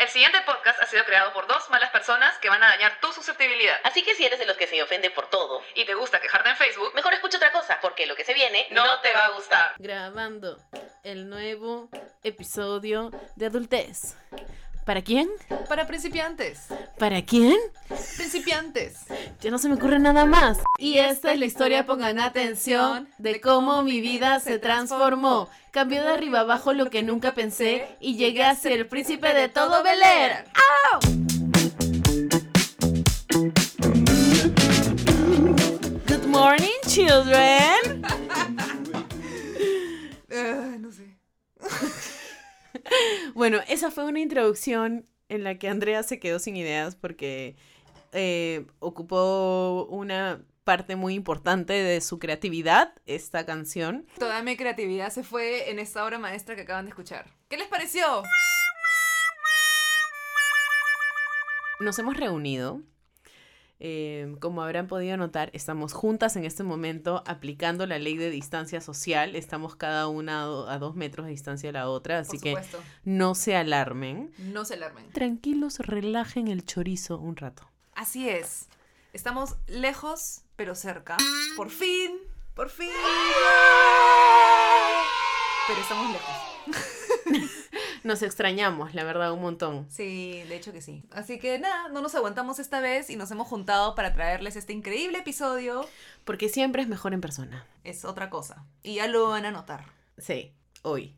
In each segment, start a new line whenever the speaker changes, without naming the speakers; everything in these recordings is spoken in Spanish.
El siguiente podcast ha sido creado por dos malas personas que van a dañar tu susceptibilidad.
Así que si eres de los que se ofende por todo,
Y te gusta quejarte en Facebook,
mejor escucha otra cosa, porque lo que se viene
no, te va a gustar.
grabando el nuevo episodio de adultez. ¿Para quién?
Para principiantes.
¿Para quién?
Principiantes.
Ya no se me ocurre nada más. Y esta es la historia, pongan atención, de cómo mi vida se transformó. Cambió de arriba abajo lo que nunca pensé y llegué a ser el príncipe de todo Bel Air. Good morning, children.
Ah, no sé.
Bueno, esa fue una introducción en la que Andrea se quedó sin ideas porque eh, ocupó una parte muy importante de su creatividad esta canción.
Toda mi creatividad se fue en esta obra maestra que acaban de escuchar. ¿Qué les pareció?
Nos hemos reunido. eh, como habrán podido notar, estamos juntas en este momento aplicando la ley de distancia social. Estamos cada una a, do- a dos metros de distancia de la otra, así
Por
que
supuesto.
no se alarmen.
No se alarmen.
Tranquilos, relajen el chorizo un rato.
Así es. Estamos lejos, pero cerca. Por fin. Por fin. Pero estamos lejos.
Nos extrañamos, la verdad, un montón.
Sí, de hecho que sí. Así que nada, no nos aguantamos esta vez y nos hemos juntado para traerles este increíble episodio.
Porque siempre es mejor en persona.
Es otra cosa. Y ya lo van a notar.
Sí, hoy.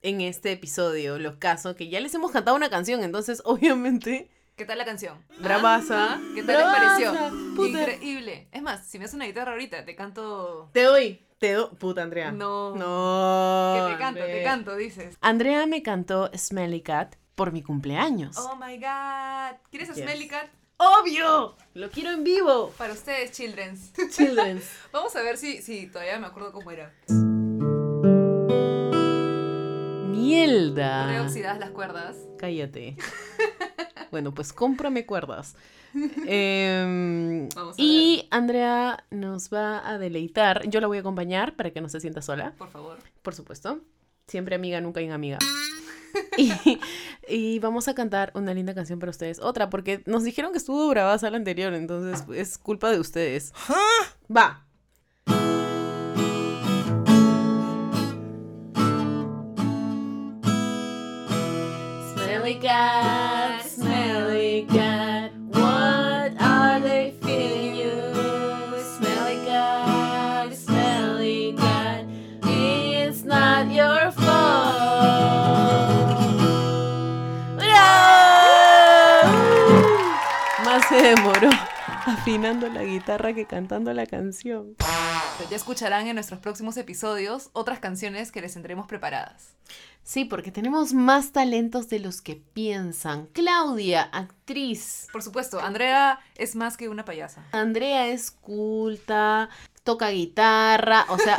En este episodio, los casos que ya les hemos cantado una canción, entonces obviamente
¿Qué tal la canción?
bravaza.
Ah, ¿Qué tal les
Bravaza,
pareció?
puta.
Increíble. Es más, si me haces una guitarra ahorita, te canto.
Te doy, te doy, puta Andrea.
No.
No.
que te canto, te
Andrea.
canto, dices.
Andrea me cantó Smelly Cat por mi cumpleaños.
Oh my god. ¿Quieres a
Yes.
Smelly Cat?
Obvio, lo quiero en vivo.
Para ustedes, childrens.
Children.
Vamos a ver si, si todavía me acuerdo cómo era.
Mierda.
Reoxidadas las cuerdas.
Cállate. Bueno, pues cómprame cuerdas. Em,
Vamos a
y Andrea nos va a deleitar. Yo la voy a acompañar para que no se sienta sola,
Por favor.
por supuesto. Siempre amiga, nunca inamiga. Y, y vamos a cantar una linda canción para ustedes. Otra, porque nos dijeron que estuvo bravaza la anterior, entonces es culpa de ustedes. Va. Smelly cat, smelly cat, what are they feeding you? Smelly cat, smelly cat, it's not your fault. ¡Bravo! Más se demoró afinando la guitarra que cantando la canción.
Ya escucharán en nuestros próximos episodios otras canciones que les tendremos preparadas.
Sí, porque tenemos más talentos de los que piensan. Claudia, actriz.
Por supuesto, Andrea es más que una payasa.
Andrea es culta, toca guitarra, o sea,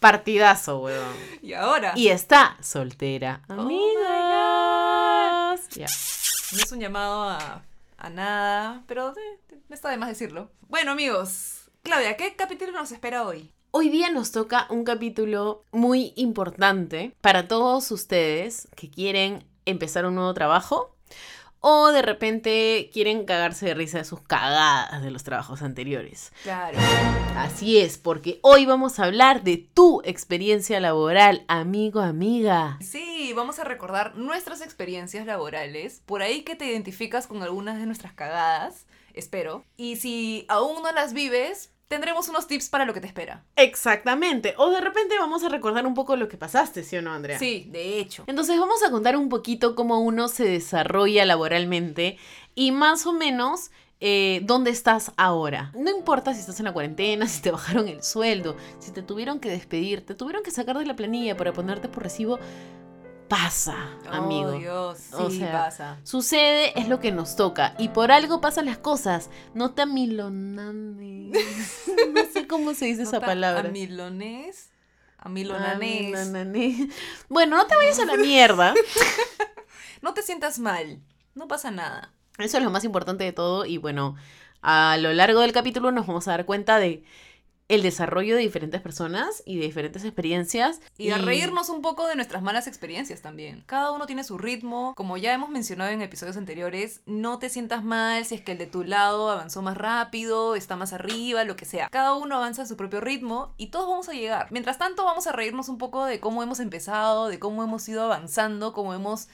partidazo, weón.
Y ahora.
Y está soltera.
my
Amigas. Ya.
No es un llamado a, a nada, pero eh, no está de más decirlo. Bueno, amigos, Claudia, ¿qué capítulo nos espera hoy?
Hoy día nos toca un capítulo muy importante para todos ustedes que quieren empezar un nuevo trabajo o de repente quieren cagarse de risa de sus cagadas de los trabajos anteriores.
Claro.
Así es, porque hoy vamos a hablar de tu experiencia laboral, amigo, amiga.
Sí, vamos a recordar nuestras experiencias laborales, por ahí que te identificas con algunas de nuestras cagadas, espero. Y si aún no las vives, tendremos unos tips para lo que te espera.
Exactamente, o de repente vamos a recordar un poco lo que pasaste, ¿sí o no, Andrea?
Sí, de hecho.
Entonces vamos a contar un poquito cómo uno se desarrolla laboralmente y más o menos eh, dónde estás ahora. No importa si estás en la cuarentena, si te bajaron el sueldo, si te tuvieron que despedir, te tuvieron que sacar de la planilla para ponerte por recibo, pasa, amigo.
Oh, Dios, sí
O sea,
pasa.
Sucede, es lo que nos toca. Y por algo pasan las cosas. No te amilonanes. No sé cómo se dice esa
Nota
palabra.
Amilones. Amilonanés.
Amilonanés. Bueno, no te vayas a la mierda.
No te sientas mal. No pasa nada.
Eso es lo más importante de todo. Y bueno, a lo largo del capítulo nos vamos a dar cuenta de el desarrollo de diferentes personas y de diferentes experiencias.
Y a reírnos un poco de nuestras malas experiencias también. Cada uno tiene su ritmo. Como ya hemos mencionado en episodios anteriores, no te sientas mal si es que el de tu lado avanzó más rápido, está más arriba, lo que sea. Cada uno avanza a su propio ritmo y todos vamos a llegar. Mientras tanto, vamos a reírnos un poco de cómo hemos empezado, de cómo hemos ido avanzando, cómo hemos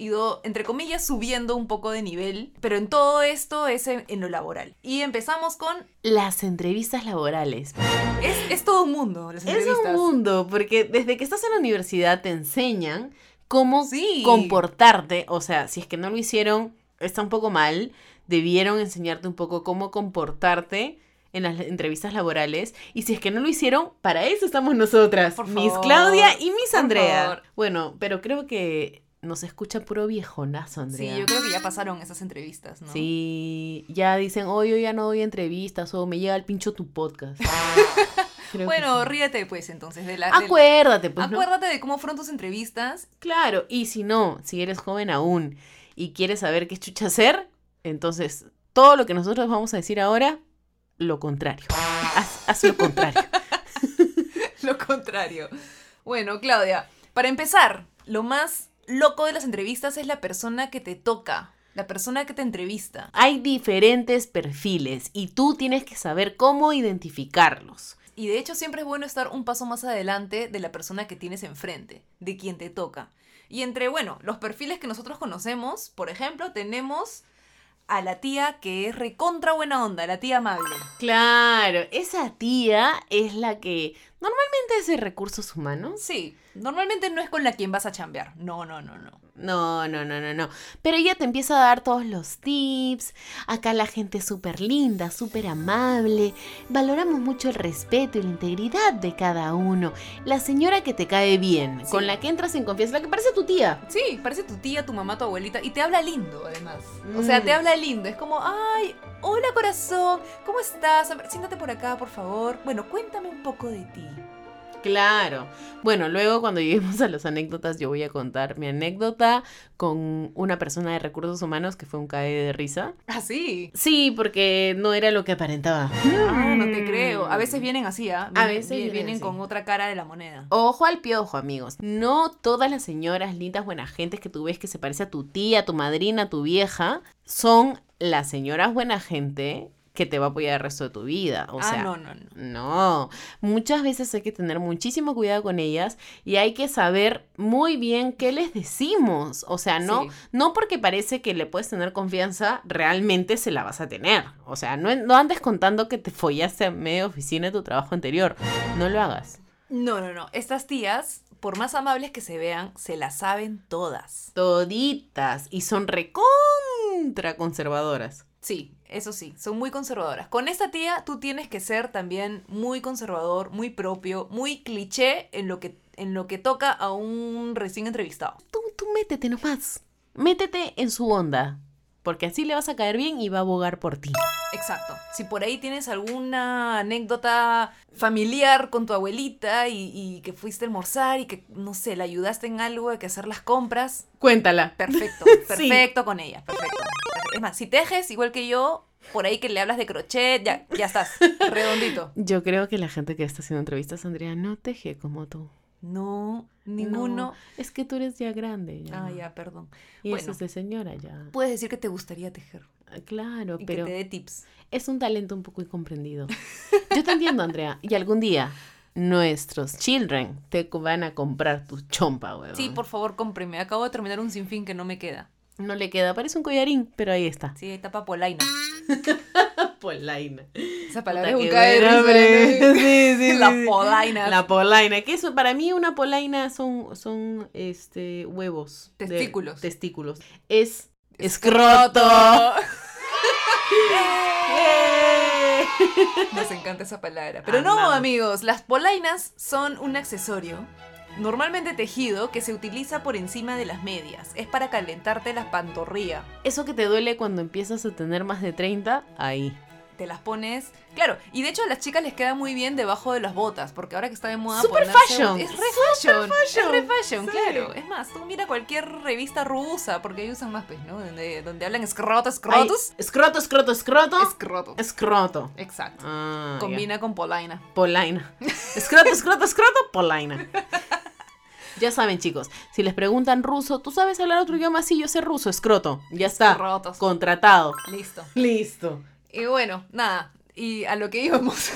ido, entre comillas, subiendo un poco de nivel. Pero en todo esto es en, en lo laboral. Y empezamos con...
Las entrevistas laborales.
Es, es todo un mundo, las
Es
entrevistas.
un mundo, porque desde que estás en la universidad te enseñan cómo
Sí.
comportarte. O sea, si es que no lo hicieron, está un poco mal. Debieron enseñarte un poco cómo comportarte en las entrevistas laborales. Y si es que no lo hicieron, para eso estamos nosotras,
Por
Miss
favor,
Claudia y Miss
por
Andrea.
favor.
Bueno, pero creo que nos escucha puro viejonazo, Andrea.
Sí, yo creo que ya pasaron esas entrevistas, ¿no?
Sí, ya dicen, hoy yo ya no doy entrevistas o me llega el pincho tu podcast. Creo que
Bueno,
sí.
ríete pues entonces de la... del-
acuérdate, pues. ¿no?
Acuérdate de cómo fueron tus entrevistas.
Claro, y si no, si eres joven aún y quieres saber qué chucha hacer, entonces todo lo que nosotros vamos a decir ahora, lo contrario. Haz, haz lo contrario.
Lo contrario. Bueno, Claudia, para empezar, lo más loco de las entrevistas es la persona que te toca, la persona que te entrevista.
Hay diferentes perfiles y tú tienes que saber cómo identificarlos.
Y de hecho siempre es bueno estar un paso más adelante de la persona que tienes enfrente, de quien te toca. Y entre, bueno, los perfiles que nosotros conocemos, por ejemplo, tenemos a la tía que es recontra buena onda, la tía amable.
Claro, esa tía es la que normalmente es de recursos humanos.
Sí, normalmente no es con la quien vas a chambear. No, no, no, no.
No, no, no, no, no. Pero ella te empieza a dar todos los tips. Acá la gente es súper linda, súper amable. Valoramos mucho el respeto y la integridad de cada uno. La señora que te cae bien,
Sí.
con la que entras en confianza, la que parece tu tía.
Sí, parece tu tía, tu mamá, tu abuelita. Y te habla lindo, además. O sea,
Mm.
te habla lindo. Es como, ay, hola corazón, ¿cómo estás? A ver, siéntate por acá, por favor. Bueno, cuéntame un poco de ti.
Claro. Bueno, luego cuando lleguemos a las anécdotas, yo voy a contar mi anécdota con una persona de recursos humanos que fue un cae de risa.
Ah, sí.
Sí, porque no era lo que aparentaba.
Ah, no te creo. A veces vienen así, ¿ah? Vienen-
Mm. veces
vi-
vienen
vienen,
así.
con otra cara de la moneda.
Ojo al piojo, amigos. No todas las señoras lindas, buenas gentes que tú ves que se parece a tu tía, a tu madrina, a tu vieja, son las señoras buena gente que te va a apoyar el resto de tu vida. O
ah,
sea,
no, no, no.
no. Muchas veces hay que tener muchísimo cuidado con ellas y hay que saber muy bien qué les decimos. O sea, ¿ah, no,
Sí.
no porque parece que le puedes tener confianza, realmente se la vas a tener. O sea, no, no andes contando que te follaste a media oficina de tu trabajo anterior. No lo hagas.
No, no, no. Estas tías, por más amables que se vean, se las saben todas.
Toditas. Y son recontra conservadoras.
Sí, eso sí, son muy conservadoras. Con esta tía tú tienes que ser también muy conservador, muy propio, muy cliché en lo que, en lo que toca a un recién entrevistado.
Tú, tú métete nomás. Métete en su onda. Porque así le vas a caer bien y va a abogar por ti.
Exacto. Si por ahí tienes alguna anécdota familiar con tu abuelita y, y que fuiste a almorzar y que, no sé, la ayudaste en algo, hay que hacer las compras,
Cuéntala.
perfecto, perfecto con ella, perfecto. Es más, si tejes igual que yo, por ahí que le hablas de crochet, ya, ya estás, redondito.
Yo creo que la gente que está haciendo entrevistas, Andrea, no teje como tú.
No, ninguno.
No, es que tú eres ya grande. ya.
Ah, ya, perdón.
Y
bueno.
eso es de señora ya.
Puedes decir que te gustaría tejer
Ah, Claro,
y
pero
que te dé tips.
es un talento un poco incomprendido. Yo te entiendo, Andrea. Y algún día nuestros children te van a comprar tu chompa, weón.
Sí, por favor, cómpreme. Acabo de terminar un sinfín que no me queda.
No le queda, parece un collarín, pero ahí está.
Sí, hay tapa polaina.
Polaina.
Esa palabra
Puta,
es
qué
un cae de
buena,
risa,
hombre.
¿no?
Sí, sí,
¿eh? La
sí, sí.
polaina.
La polaina, que eso para mí una polaina son, son este, huevos. de-
Testículos.
testículos. Es escroto.
Nos encanta esa palabra. Pero no,
Amamos.
amigos, las polainas son un accesorio normalmente tejido que se utiliza por encima de las medias. Es para calentarte la pantorrilla.
Eso que te duele cuando empiezas a tener más de 30, ahí.
te las pones. Claro, y de hecho a las chicas les queda muy bien debajo de las botas, porque ahora que está de moda.
Super
ponerse
fashion.
bot- Es re
Super
fashion.
fashion.
Es re fashion,
Sí.
claro. Es más, tú mira cualquier revista rusa, porque ahí usan más, pues, ¿no? Donde, donde hablan escroto, escrotos.
Ay, Escroto, escroto, escroto.
Escroto.
Escroto.
Exacto.
Ah, ya.
Combina con Polaina.
Polaina. Escroto, escroto, escroto, polaina. Ya saben, chicos, si les preguntan ruso, ¿tú sabes hablar otro idioma? Sí, yo sé ruso, escroto. Ya está.
Escrotos.
Contratado.
Listo.
Listo.
Y bueno, nada. Y a lo que íbamos.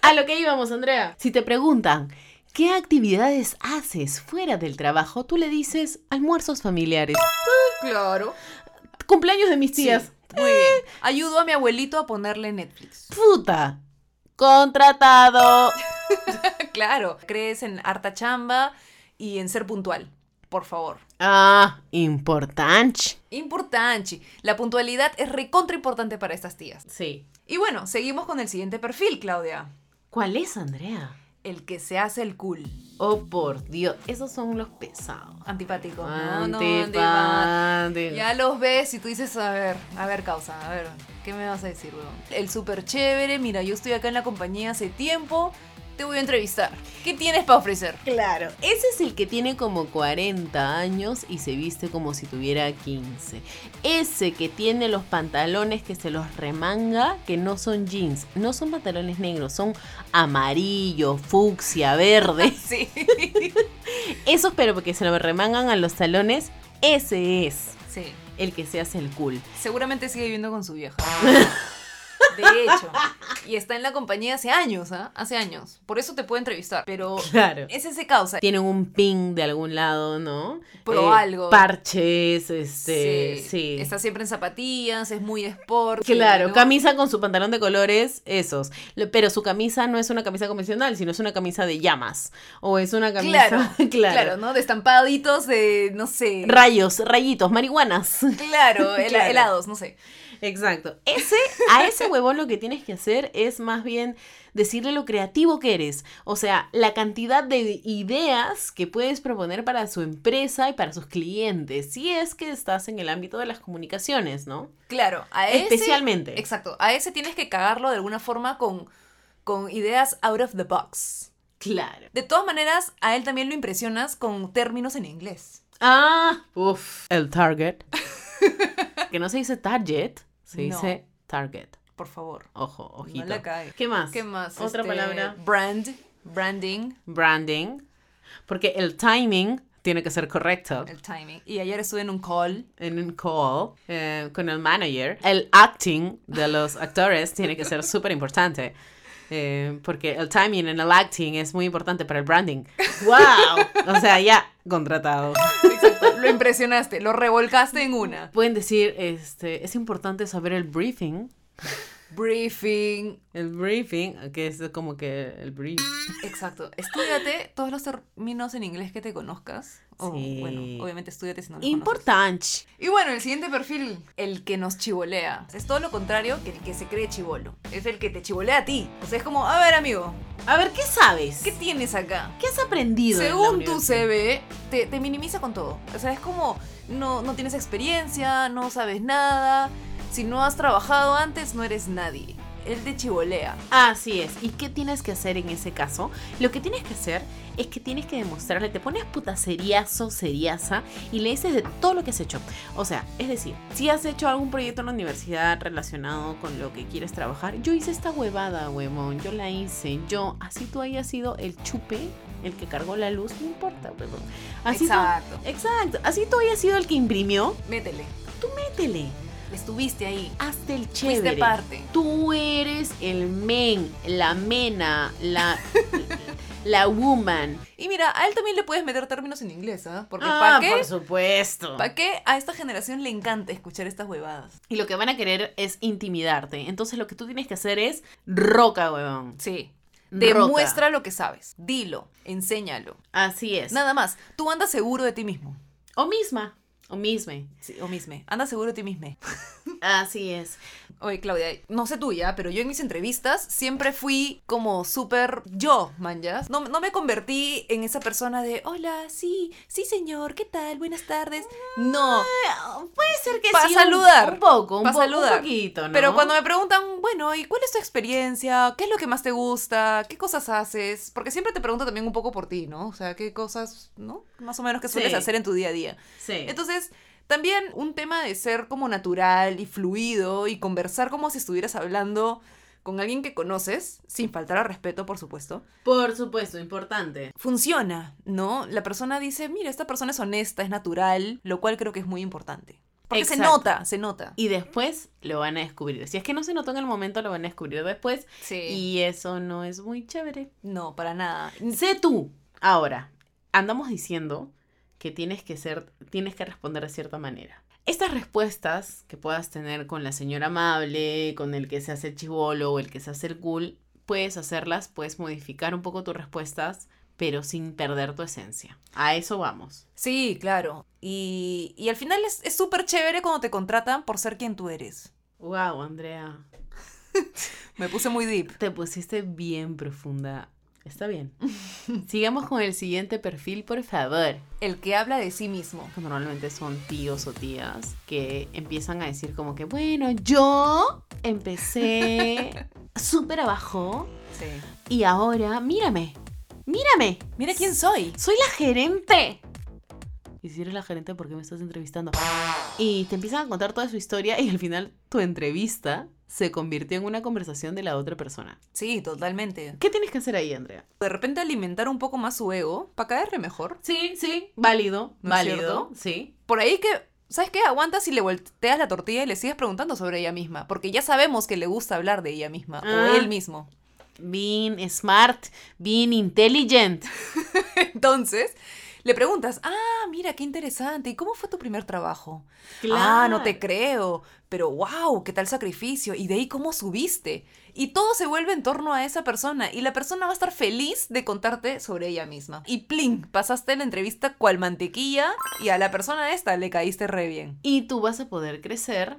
A lo que íbamos, Andrea. Si te preguntan, ¿qué actividades haces fuera del trabajo? Tú le dices almuerzos familiares,
claro.
cumpleaños de mis tías.
Sí, Muy bien. Ayudo a mi abuelito a ponerle Netflix.
Puta. Contratado.
claro. Crees en harta chamba y en ser puntual. Por favor.
Ah, importante.
Importante. La puntualidad es recontra importante para estas tías.
Sí.
Y bueno, seguimos con el siguiente perfil, Claudia.
¿Cuál es, Andrea?
El que se hace el cool.
Oh, por Dios, esos son los pesados.
Antipático. antipático.
Antipático.
Ya los ves y tú dices, a ver, a ver, causa, a ver, ¿qué me vas a decir, weón? El súper chévere, mira, yo estoy acá en la compañía hace tiempo, te voy a entrevistar. ¿Qué tienes para ofrecer?
Claro, ese es el que tiene como 40 años y se viste como si tuviera 15. Ese que tiene los pantalones que se los remanga, que no son jeans, no son pantalones negros, son amarillo, fucsia, verde.
Sí,
Esos pero porque se los remangan a los talones, ese es
sí.
el que se hace el cool.
Seguramente sigue viviendo con su vieja. De hecho. Y está en la compañía hace años, ¿ah? Hace años. Por eso te puedo entrevistar. Pero
Claro.
es ese causa.
Tienen un ping de algún lado, ¿no? Eh,
Pro algo.
Parches, este, sí.
eh, Está siempre en zapatillas, es muy sport.
Claro,
¿no?
camisa con su pantalón de colores, esos. Lo- Pero su camisa no es una camisa convencional, sino es una camisa de llamas. O es una camisa.
Claro,
claro.
Claro, ¿no? De estampaditos de, no sé.
Rayos, rayitos, marihuanas.
Claro, hel-
Claro.
helados, no sé.
Exacto. Ese, a ese huevón lo que tienes que hacer es más bien decirle lo creativo que eres. O sea, la cantidad de ideas que puedes proponer para su empresa y para sus clientes. Si es que estás en el ámbito de las comunicaciones, ¿no?
Claro, a ese.
Especialmente.
Exacto, a ese tienes que cagarlo de alguna forma con, con ideas out of the box.
Claro.
De todas maneras, a él también lo impresionas con términos en inglés.
Ah, uff. El target. que no se dice target, se
No.
dice target.
Por favor.
Ojo, ojito.
No la cae.
¿Qué más?
¿Qué más?
Otra
Este,
palabra.
Brand, branding,
Branding. Porque el timing tiene que ser correcto.
el timing. Y ayer estuve en un call.
en un call eh, con el manager, el acting de los actores tiene que ser súper importante. eh, porque el timing en el acting es muy importante para el branding. ¡Wow! O sea, ya contratado.
Exacto, lo impresionaste, lo revolcaste en una.
Pueden decir, este, es importante saber el briefing.
Briefing.
El briefing, que es como que el brief.
Exacto. Estudiate todos los términos en inglés que te conozcas. O,
Sí.
bueno, obviamente estudiate si no los conoces.
Importante.
Y bueno, el siguiente perfil, el que nos chivolea. Es todo lo contrario que el que se cree chivolo. Es el que te chivolea a ti. O sea, es como, a ver, amigo,
A ver, ¿qué sabes?
¿qué
¿Qué,
tienes acá?
has aprendido? en la
Según tu
universidad?
CV, te, te minimiza con todo. O sea, es como, no, no tienes experiencia, no sabes nada. Si no has trabajado antes, no eres nadie. Él te chivolea.
Así es. ¿Y qué tienes que hacer en ese caso? Lo que tienes que hacer es que tienes que demostrarle, te pones puta seriazo, seriaza, y le dices de todo lo que has hecho. O sea, es decir, si has hecho algún proyecto en la universidad relacionado con lo que quieres trabajar, yo hice esta huevada, huevón, yo la hice, yo, así tú hayas sido el chupe, el que cargó la luz, no importa, huevón. Así tú-
Exacto.
exacto. Así tú hayas sido el que imprimió,
Métele.
métele,
Estuviste ahí.
hazte el chévere
Fuiste parte.
tú eres el men, la mena, la, la woman.
Y mira, a él también le puedes meter términos en inglés, ¿ah? Porque
Ah,
¿para qué?
por supuesto.
¿Para qué a esta generación le encanta escuchar estas huevadas?
Y lo que van a querer es intimidarte. Entonces lo que tú tienes que hacer es roca, huevón.
Sí.
Roca.
Demuestra lo que sabes. Dilo. Enséñalo.
Así es.
Nada más. Tú andas seguro de ti mismo.
O misma. O misme.
Sí, o mismo. Anda seguro de ti mismo.
Así es.
Oye, Claudia, no sé tú ya, pero yo en mis entrevistas siempre fui como súper yo, manjas. No, no me convertí en
Ah,
esa persona de, hola, sí, sí, señor, ¿qué tal? Buenas tardes. No.
Eh, Puede ser que
Pa'
sí. un-
saludar.
Un poco, un,
Pa'
poco, un
saludar.
poquito, ¿no?
Pero cuando me preguntan, bueno, ¿y cuál es tu experiencia? ¿Qué es lo que más te gusta? ¿Qué cosas haces? Porque siempre te pregunto también un poco por ti, ¿no? O sea, ¿qué cosas, ¿no? Más o menos que sueles
Sí.
hacer en tu día a día.
Sí.
Entonces, también un tema de ser como natural y fluido y conversar como si estuvieras hablando con alguien que conoces, sin faltar al respeto, por supuesto,
Por supuesto, importante.
funciona, ¿no? La persona dice, mira, esta persona es honesta, es natural, lo cual creo que es muy importante. Porque se
Exacto.
nota, se nota.
Y después lo van a descubrir. Si es que no se notó en el momento, lo van a descubrir después.
Sí.
Y eso no es muy chévere.
No, para nada.
Sé tú. Ahora, andamos diciendo que tienes que ser, tienes que responder de cierta manera. Estas respuestas que puedas tener con la señora amable, con el que se hace el chivolo o el que se hace el cool, puedes hacerlas, puedes modificar un poco tus respuestas, pero sin perder tu esencia. A eso vamos.
Sí, claro. Y, y al final es es súper chévere cuando te contratan por ser quien tú eres.
Wow, Andrea.
Me puse muy deep.
Te pusiste bien profunda. Está bien. Sigamos con el siguiente perfil, por favor.
El que habla de sí mismo.
que normalmente son tíos o tías que empiezan a decir como que, bueno, yo empecé súper abajo
Sí.
y ahora mírame, mírame,
Mira quién soy.
soy la gerente. Y si eres la gerente, ¿por qué me estás entrevistando? Y te empiezan a contar toda su historia y al final tu entrevista se convirtió en una conversación de la otra persona.
Sí, totalmente.
¿Qué tienes que hacer ahí, Andrea?
De repente alimentar un poco más su ego para caerle mejor.
Sí, sí, válido,
¿No es
válido,
cierto?
sí.
Por ahí que, ¿sabes qué? Aguantas y le volteas la tortilla y le sigues preguntando sobre ella misma. Porque ya sabemos que le gusta hablar de ella misma
Ah.
o él mismo.
Being smart, being intelligent.
Entonces, le preguntas, ah, mira, qué interesante. ¿Y cómo fue tu primer trabajo? Ah, no te
Claro.
creo. Pero wow, qué tal sacrificio. Y de ahí cómo subiste. Y todo se vuelve en torno a esa persona. Y la persona va a estar feliz de contarte sobre ella misma. Y pling, pasaste la entrevista cual mantequilla. Y a la persona esta le caíste re bien.
y tú vas a poder crecer.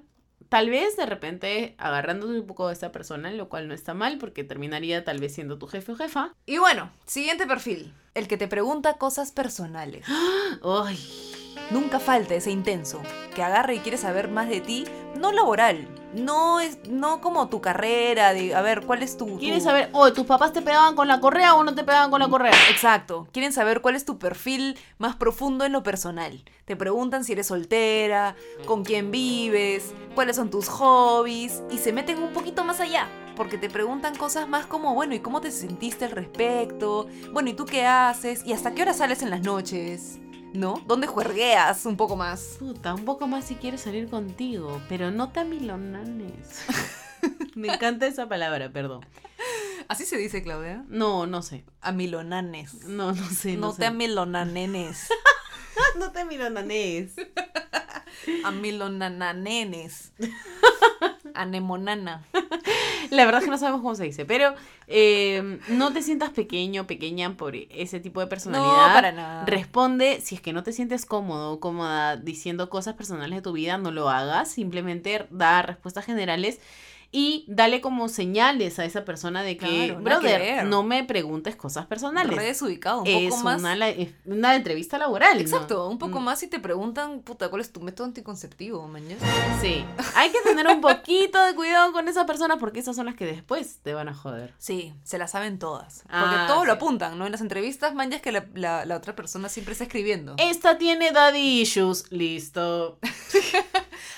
Tal vez de repente agarrándote un poco de esta persona, lo cual no está mal porque terminaría tal vez siendo tu jefe o jefa.
Y bueno, siguiente perfil. El que te pregunta cosas personales.
Ay,
Nunca falta ese intenso que agarra y quiere saber más de ti, no laboral, no es no como tu carrera, de a ver cuál es tu
¿quieres
tu-
saber? Oh, ¿tus papás te pegaban con la correa o no te pegaban con la correa?
Exacto. Quieren saber cuál es tu perfil más profundo en lo personal. Te preguntan si eres soltera, con quién vives, cuáles son tus hobbies y se meten un poquito más allá. Porque te preguntan cosas más como, bueno, ¿y cómo te sentiste al respecto? Bueno, ¿y tú qué haces? ¿Y hasta qué hora sales en las noches? ¿No? ¿Dónde juergueas un poco más?
Puta, un poco más si quieres salir contigo, pero no te amilonanes. Me encanta esa palabra, perdón.
Así se dice, Claudia.
No, no sé.
Amilonanes.
No, no sé.
No
sé.
te amilonanenes.
no te amilonanes.
Amilonananenes. Anemonana.
La verdad es que no sabemos cómo se dice, pero eh, no te sientas pequeño, pequeña por ese tipo de personalidad.
No, para nada.
Responde, si es que no te sientes cómodo o cómoda diciendo cosas personales de tu vida, no lo hagas, simplemente da respuestas generales y dale como señales a esa persona de que,
Claro, nada que
brother,
ver".
no me preguntes cosas personales.
Re desubicado, un
es
poco más.
una, la- es una entrevista laboral. ¿no?
Exacto, un poco
Mm,
más si te preguntan, puta, ¿cuál es tu método anticonceptivo, mañana?
Sí, hay que tener un poquito de cuidado con esa persona porque esas son las que después te van a joder.
Sí, se la saben todas. Porque
Ah,
todo lo
sí.
apuntan, ¿no? En las entrevistas, man, ya es que la, la- la otra persona siempre está escribiendo.
Esta tiene daddy issues, listo.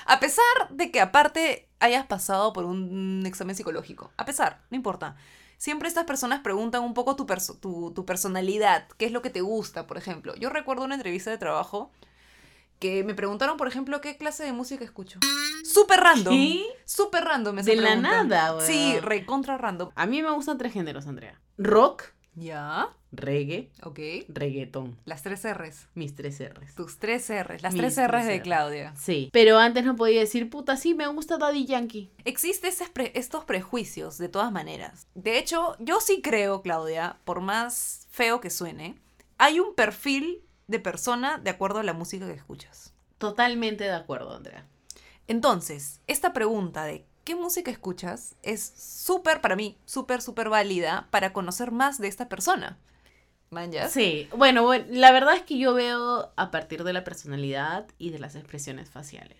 A pesar de que aparte hayas pasado por un examen psicológico. A pesar, no importa. Siempre estas personas preguntan un poco tu, perso- tu, tu personalidad, qué es lo que te gusta, por ejemplo. Yo recuerdo una entrevista de trabajo que me preguntaron, por ejemplo, qué clase de música escucho. Súper random.
¿Qué?
Súper random esa
De la
pregunta.
nada, weón.
Sí, recontra random.
A mí me gustan tres géneros, Andrea. Rock,
Ya,
reggae,
ok.
reggaetón.
Las tres R's.
Mis tres R's.
Tus tres R's. Las
Mis
tres
tres
R's de
Rs.
Claudia.
Sí. Pero antes no podía decir, puta, sí, me gusta Daddy Yankee.
Existen esas pre- estos prejuicios de todas maneras. De hecho, yo sí creo, Claudia, por más feo que suene, hay un perfil de persona de acuerdo a la música que escuchas.
Totalmente de acuerdo, Andrea.
Entonces, esta pregunta de qué música escuchas es súper, para mí, súper, súper válida para conocer más de esta persona. ¿Manjas?
Sí. Bueno, bueno, la verdad es que yo veo a partir de la personalidad y de las expresiones faciales.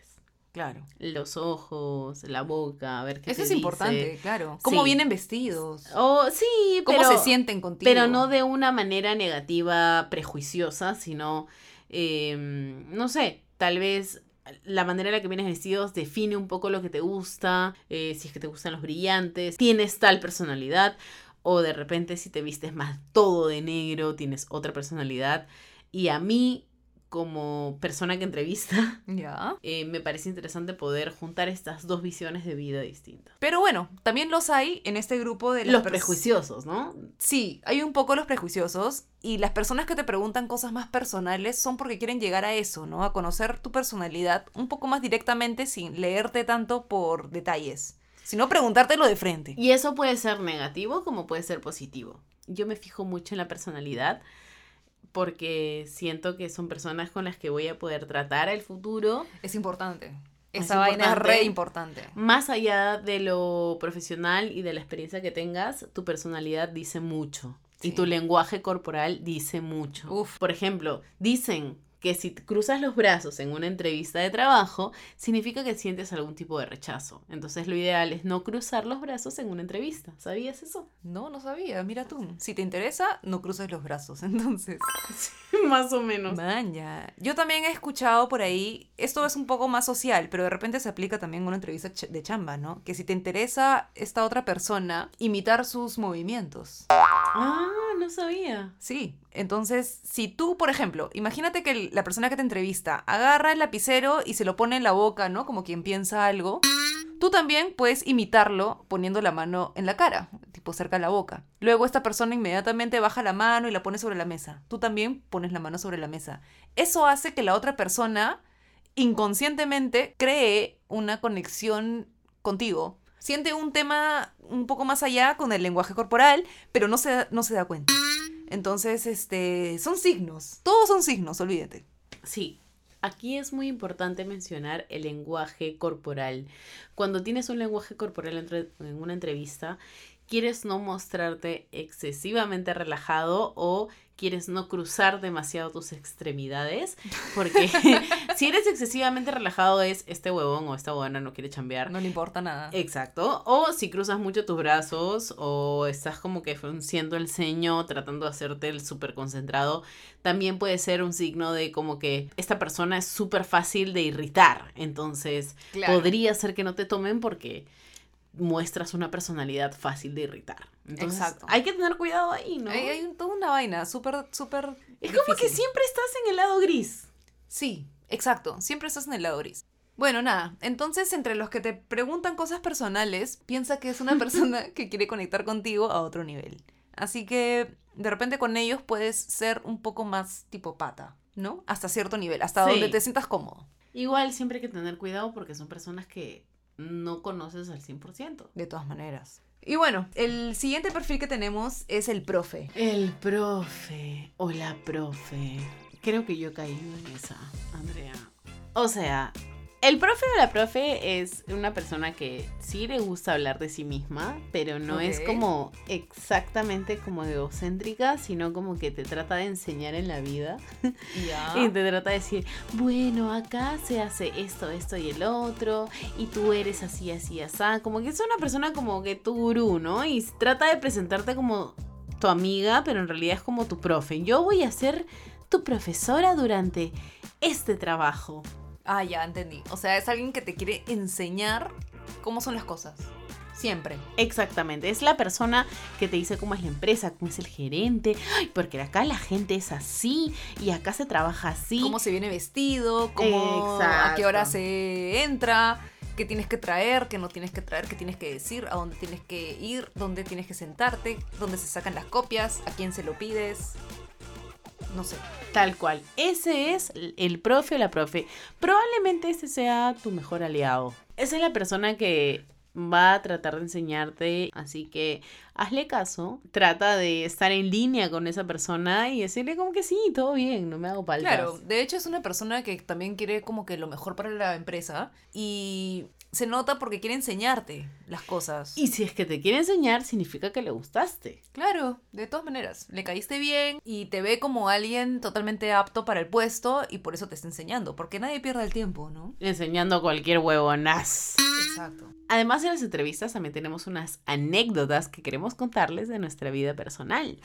Claro.
Los ojos, la boca, a ver qué
Eso
te
es
dice.
importante, claro. Cómo
Sí.
vienen vestidos.
Oh, sí,
Cómo
pero-
se sienten contigo.
Pero no de una manera negativa, prejuiciosa, sino, eh, no sé, tal vez la manera en la que vienes vestidos define un poco lo que te gusta, eh, si es que te gustan los brillantes, tienes tal personalidad, o de repente si te vistes más todo de negro, tienes otra personalidad. Y a mí, como persona que entrevista,
Ya.
eh, me parece interesante poder juntar estas dos visiones de vida distintas.
Pero bueno, también los hay en este grupo de las
Los
pers-
prejuiciosos, ¿no?
Sí, hay un poco los prejuiciosos y las personas que te preguntan cosas más personales son porque quieren llegar a eso, ¿no? A conocer tu personalidad un poco más directamente sin leerte tanto por detalles, sino preguntártelo de frente.
Y eso puede ser negativo como puede ser positivo. Yo me fijo mucho en la personalidad porque siento que son personas con las que voy a poder tratar el futuro
Es importante.
Es
Esa vaina es
importante.
re importante.
más allá de lo profesional y de la experiencia que tengas, tu personalidad dice mucho. Y
Sí.
tu lenguaje corporal dice mucho.
Uf.
Por ejemplo, dicen que si te cruzas los brazos en una entrevista de trabajo, significa que sientes algún tipo de rechazo. Entonces lo ideal es no cruzar los brazos en una entrevista. ¿Sabías eso?
No, no sabía, mira tú. Si te interesa, no cruces los brazos, entonces.
Más o menos.
Maña. Yo también he escuchado por ahí, esto es un poco más social, pero de repente se aplica también a una entrevista ch- de chamba, ¿no? Que si te interesa esta otra persona, imitar sus movimientos.
Ah, no sabía.
Sí, entonces, si tú, por ejemplo, imagínate que el- la persona que te entrevista agarra el lapicero y se lo pone en la boca, ¿no? Como quien piensa algo. Tú también puedes imitarlo poniendo la mano en la cara, tipo cerca de la boca. Luego esta persona inmediatamente baja la mano y la pone sobre la mesa. Tú también pones la mano sobre la mesa. Eso hace que la otra persona inconscientemente cree una conexión contigo. Siente un tema un poco más allá con el lenguaje corporal, pero no se, no se da cuenta. Entonces, este, son signos. Todos son signos, olvídate.
Sí, aquí es muy importante mencionar el lenguaje corporal. Cuando tienes un lenguaje corporal entre- en una entrevista, quieres no mostrarte excesivamente relajado o quieres no cruzar demasiado tus extremidades, porque si eres excesivamente relajado es este huevón o esta huevona no quiere chambear.
No le importa nada.
Eh, Exacto. O si cruzas mucho tus brazos o estás como que frunciendo el ceño, tratando de hacerte el súper concentrado, también puede ser un signo de como que esta persona es súper fácil de irritar. Entonces, podría ser que no te tomen porque muestras una personalidad fácil de irritar. Entonces,
Exacto.
hay que tener cuidado ahí, ¿no?
Hay, hay un- toda una vaina súper, súper.
es como que
difícil.
siempre estás en el lado gris.
Sí, exacto. Siempre estás en el lado gris. Bueno, nada. Entonces, entre los que te preguntan cosas personales, piensa que es una persona que quiere conectar contigo a otro nivel. Así que de repente con ellos puedes ser un poco más tipo pata, ¿no? Hasta cierto nivel, hasta
Sí.
donde te sientas cómodo.
Igual siempre hay que tener cuidado porque son personas que no conoces al 100%.
De todas maneras. Y bueno, el siguiente perfil que tenemos es el profe.
El profe. Hola, profe. Creo que yo he caído en esa, Andrea. O sea, el profe o la profe es una persona que sí le gusta hablar de sí misma, pero no es
Ok.
como exactamente como egocéntrica, sino como que te trata de enseñar en la vida.
Ya.
Y te trata de decir, bueno, acá se hace esto, esto y el otro, y tú eres así, así, así. Como que es una persona como que tu gurú, ¿no? Y trata de presentarte como tu amiga, pero en realidad es como tu profe. Yo voy a ser tu profesora durante este trabajo.
Ah, ya, entendí. O sea, es alguien que te quiere enseñar cómo son las cosas. Siempre.
Exactamente, es la persona que te dice cómo es la empresa, cómo es el gerente, Ay, porque acá la gente es así y acá se trabaja así.
Cómo se viene vestido, cómo, a qué hora
Exacto.
se entra, qué tienes que traer, qué no tienes que traer, qué tienes que decir, a dónde tienes que ir, dónde tienes que sentarte, dónde se sacan las copias, a quién se lo pides. No sé.
Tal cual. Ese es l- el profe o la profe. Probablemente ese sea tu mejor aliado. Esa es la persona que va a tratar de enseñarte. Así que hazle caso, trata de estar en línea con esa persona y decirle como que sí, todo bien, no me hago paltas.
Claro, de hecho es una persona que también quiere como que lo mejor para la empresa y se nota porque quiere enseñarte las cosas.
Y si es que te quiere enseñar, significa que le gustaste.
Claro, de todas maneras, le caíste bien y te ve como alguien totalmente apto para el puesto y por eso te está enseñando, porque nadie pierde el tiempo, ¿no?
Enseñando cualquier huevonaz.
Exacto.
Además de las entrevistas, también tenemos unas anécdotas que queremos contarles de nuestra vida personal.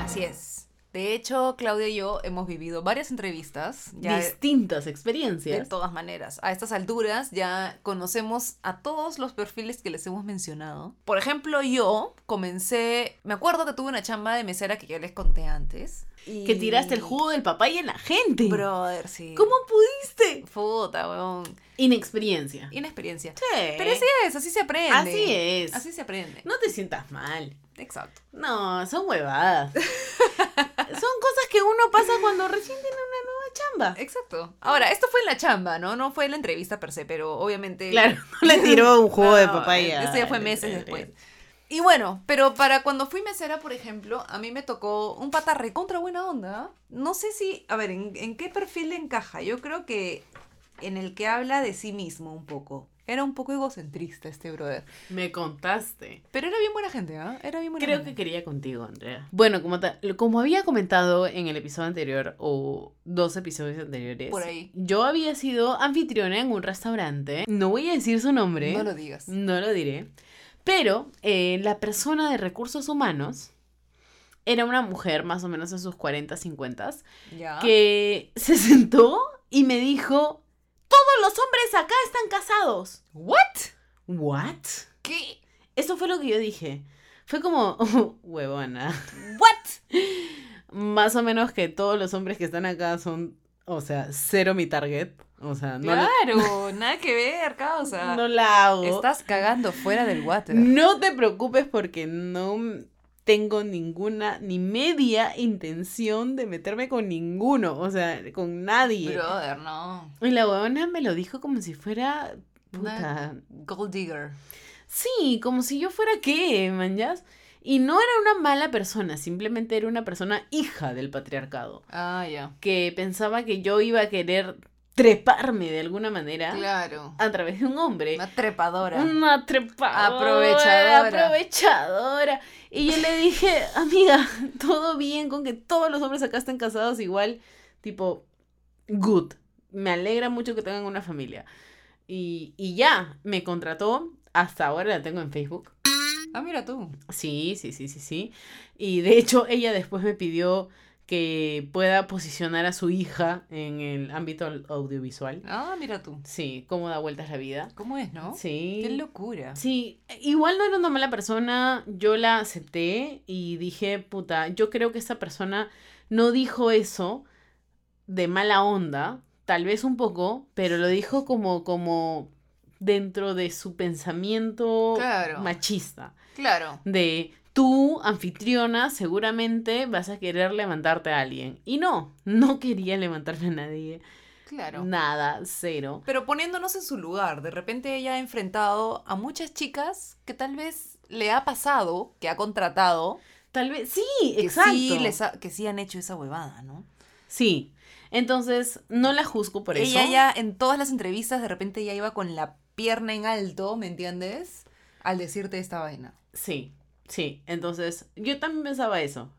Así es. De hecho, Claudia y yo hemos vivido varias entrevistas. Ya
Distintas
de
experiencias.
todas maneras, a estas alturas ya conocemos a todos los perfiles que les hemos mencionado. Por ejemplo, yo comencé, me acuerdo que tuve una chamba de mesera que ya les conté antes. y-
Que tiraste el jugo del papaya en la gente.
Brother, sí.
¿Cómo pudiste?
Puta, weón.
Inexperiencia.
Inexperiencia.
Sí.
Pero así es, así se aprende.
Así es.
Así se aprende.
No te sientas mal.
Exacto.
No, son huevadas. son cosas que uno pasa cuando recién tiene una
Eh.
nueva chamba.
Exacto. Ahora, esto fue en la chamba, ¿no? No fue en la entrevista per se, pero obviamente.
Claro, no le tiró un jugo
No,
de
no,
papaya.
Eso ya fue
al
meses
entrevistador.
después. Y bueno, pero para cuando fui mesera, por ejemplo, a mí me tocó un pata recontra buena onda. No sé si, a ver, ¿en, en qué perfil le encaja? Yo creo que en el que habla de sí mismo un poco. Era un poco egocentrista este brother.
Me contaste.
Pero era bien buena gente, ¿ah? Era bien buena
Creo
gente.
que quería contigo, Andrea. Bueno, como, ta- como había comentado en el episodio anterior o dos episodios anteriores,
Por ahí.
yo había sido anfitriona en un restaurante. No voy a decir su nombre.
No lo digas.
No lo diré. Pero eh, la persona de recursos humanos era una mujer más o menos en sus 40, 50
Ya.
que se sentó y me dijo, todos los hombres acá están casados.
¿What?
¿What?
¿Qué?
Eso fue lo que yo dije. Fue como, huevona.
¿What?
Más o menos que todos los hombres que están acá son, o sea, cero mi target. O sea, no, la-
Claro, nada que ver, causa.
no la hago.
Estás cagando fuera del water.
No te preocupes porque no tengo ninguna ni media intención de meterme con ninguno, o sea, con nadie.
Brother, no.
Y la huevona me lo dijo como si fuera puta.
Una- Gold digger.
Sí, como si yo fuera qué, manjas. Y no era una mala persona, simplemente era una persona hija del patriarcado,
Ah, ya.
que pensaba que yo iba a querer treparme de alguna manera
Claro.
a través de un hombre.
Una trepadora.
Una trepadora.
Aprovechadora.
Aprovechadora. Y yo le dije, amiga, todo bien con que todos los hombres acá estén casados igual. Tipo, good. Me alegra mucho que tengan una familia. Y, y ya, me contrató. Hasta ahora la tengo en Facebook.
Ah, mira tú.
Sí, sí, sí, sí, sí. Y de hecho, ella después me pidió que pueda posicionar a su hija en el ámbito au- audiovisual.
Ah, mira tú.
Sí, cómo da vueltas la vida.
¿Cómo es, no?
Sí.
Qué locura.
Sí, e, igual no era una mala persona, yo la acepté y dije, puta, yo creo que esta persona no dijo eso de mala onda, tal vez un poco, pero lo dijo como, como dentro de su pensamiento
Claro.
machista,
Claro.
de tú, anfitriona, seguramente vas a querer levantarte a alguien. Y no, no quería levantarme a nadie,
Claro.
nada, cero.
Pero poniéndonos en su lugar, de repente ella ha enfrentado a muchas chicas que tal vez le ha pasado, que ha contratado,
Tal vez, sí,
que,
exacto.
Sí, les ha- que sí han hecho esa huevada, ¿no?
Sí. Entonces, no la juzgo por eso.
ella ya en todas las entrevistas de repente ya iba con la pierna en alto, ¿me entiendes? Al decirte esta vaina.
Sí, sí. Entonces, yo también pensaba eso.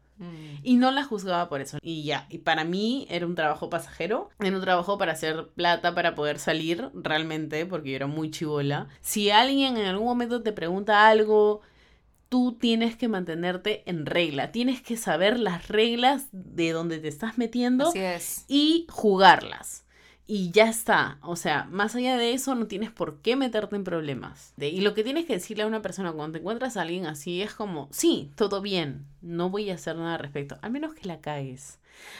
Y no la juzgaba por eso. Y ya. Y para mí era un trabajo pasajero. Era un trabajo para hacer plata, para poder salir realmente, porque yo era muy chivola. Si alguien en algún momento te pregunta algo, tú tienes que mantenerte en regla. Tienes que saber las reglas de donde te estás metiendo.
Así es.
y jugarlas. Y ya está. O sea, más allá de eso, no tienes por qué meterte en problemas. De- y lo que tienes que decirle a una persona cuando te encuentras a alguien así es como, sí, todo bien, no voy a hacer nada al respecto. A menos que la cagues.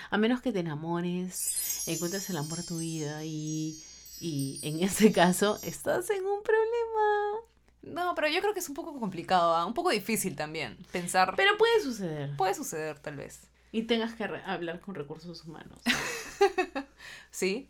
A menos que te enamores, encuentres el amor de tu vida y... Y en ese caso, estás en un problema.
No, pero yo creo que es un poco complicado, ¿ah? un poco difícil también pensar.
Pero puede suceder.
Puede suceder, tal vez.
Y tengas que re- hablar con recursos humanos.
Sí,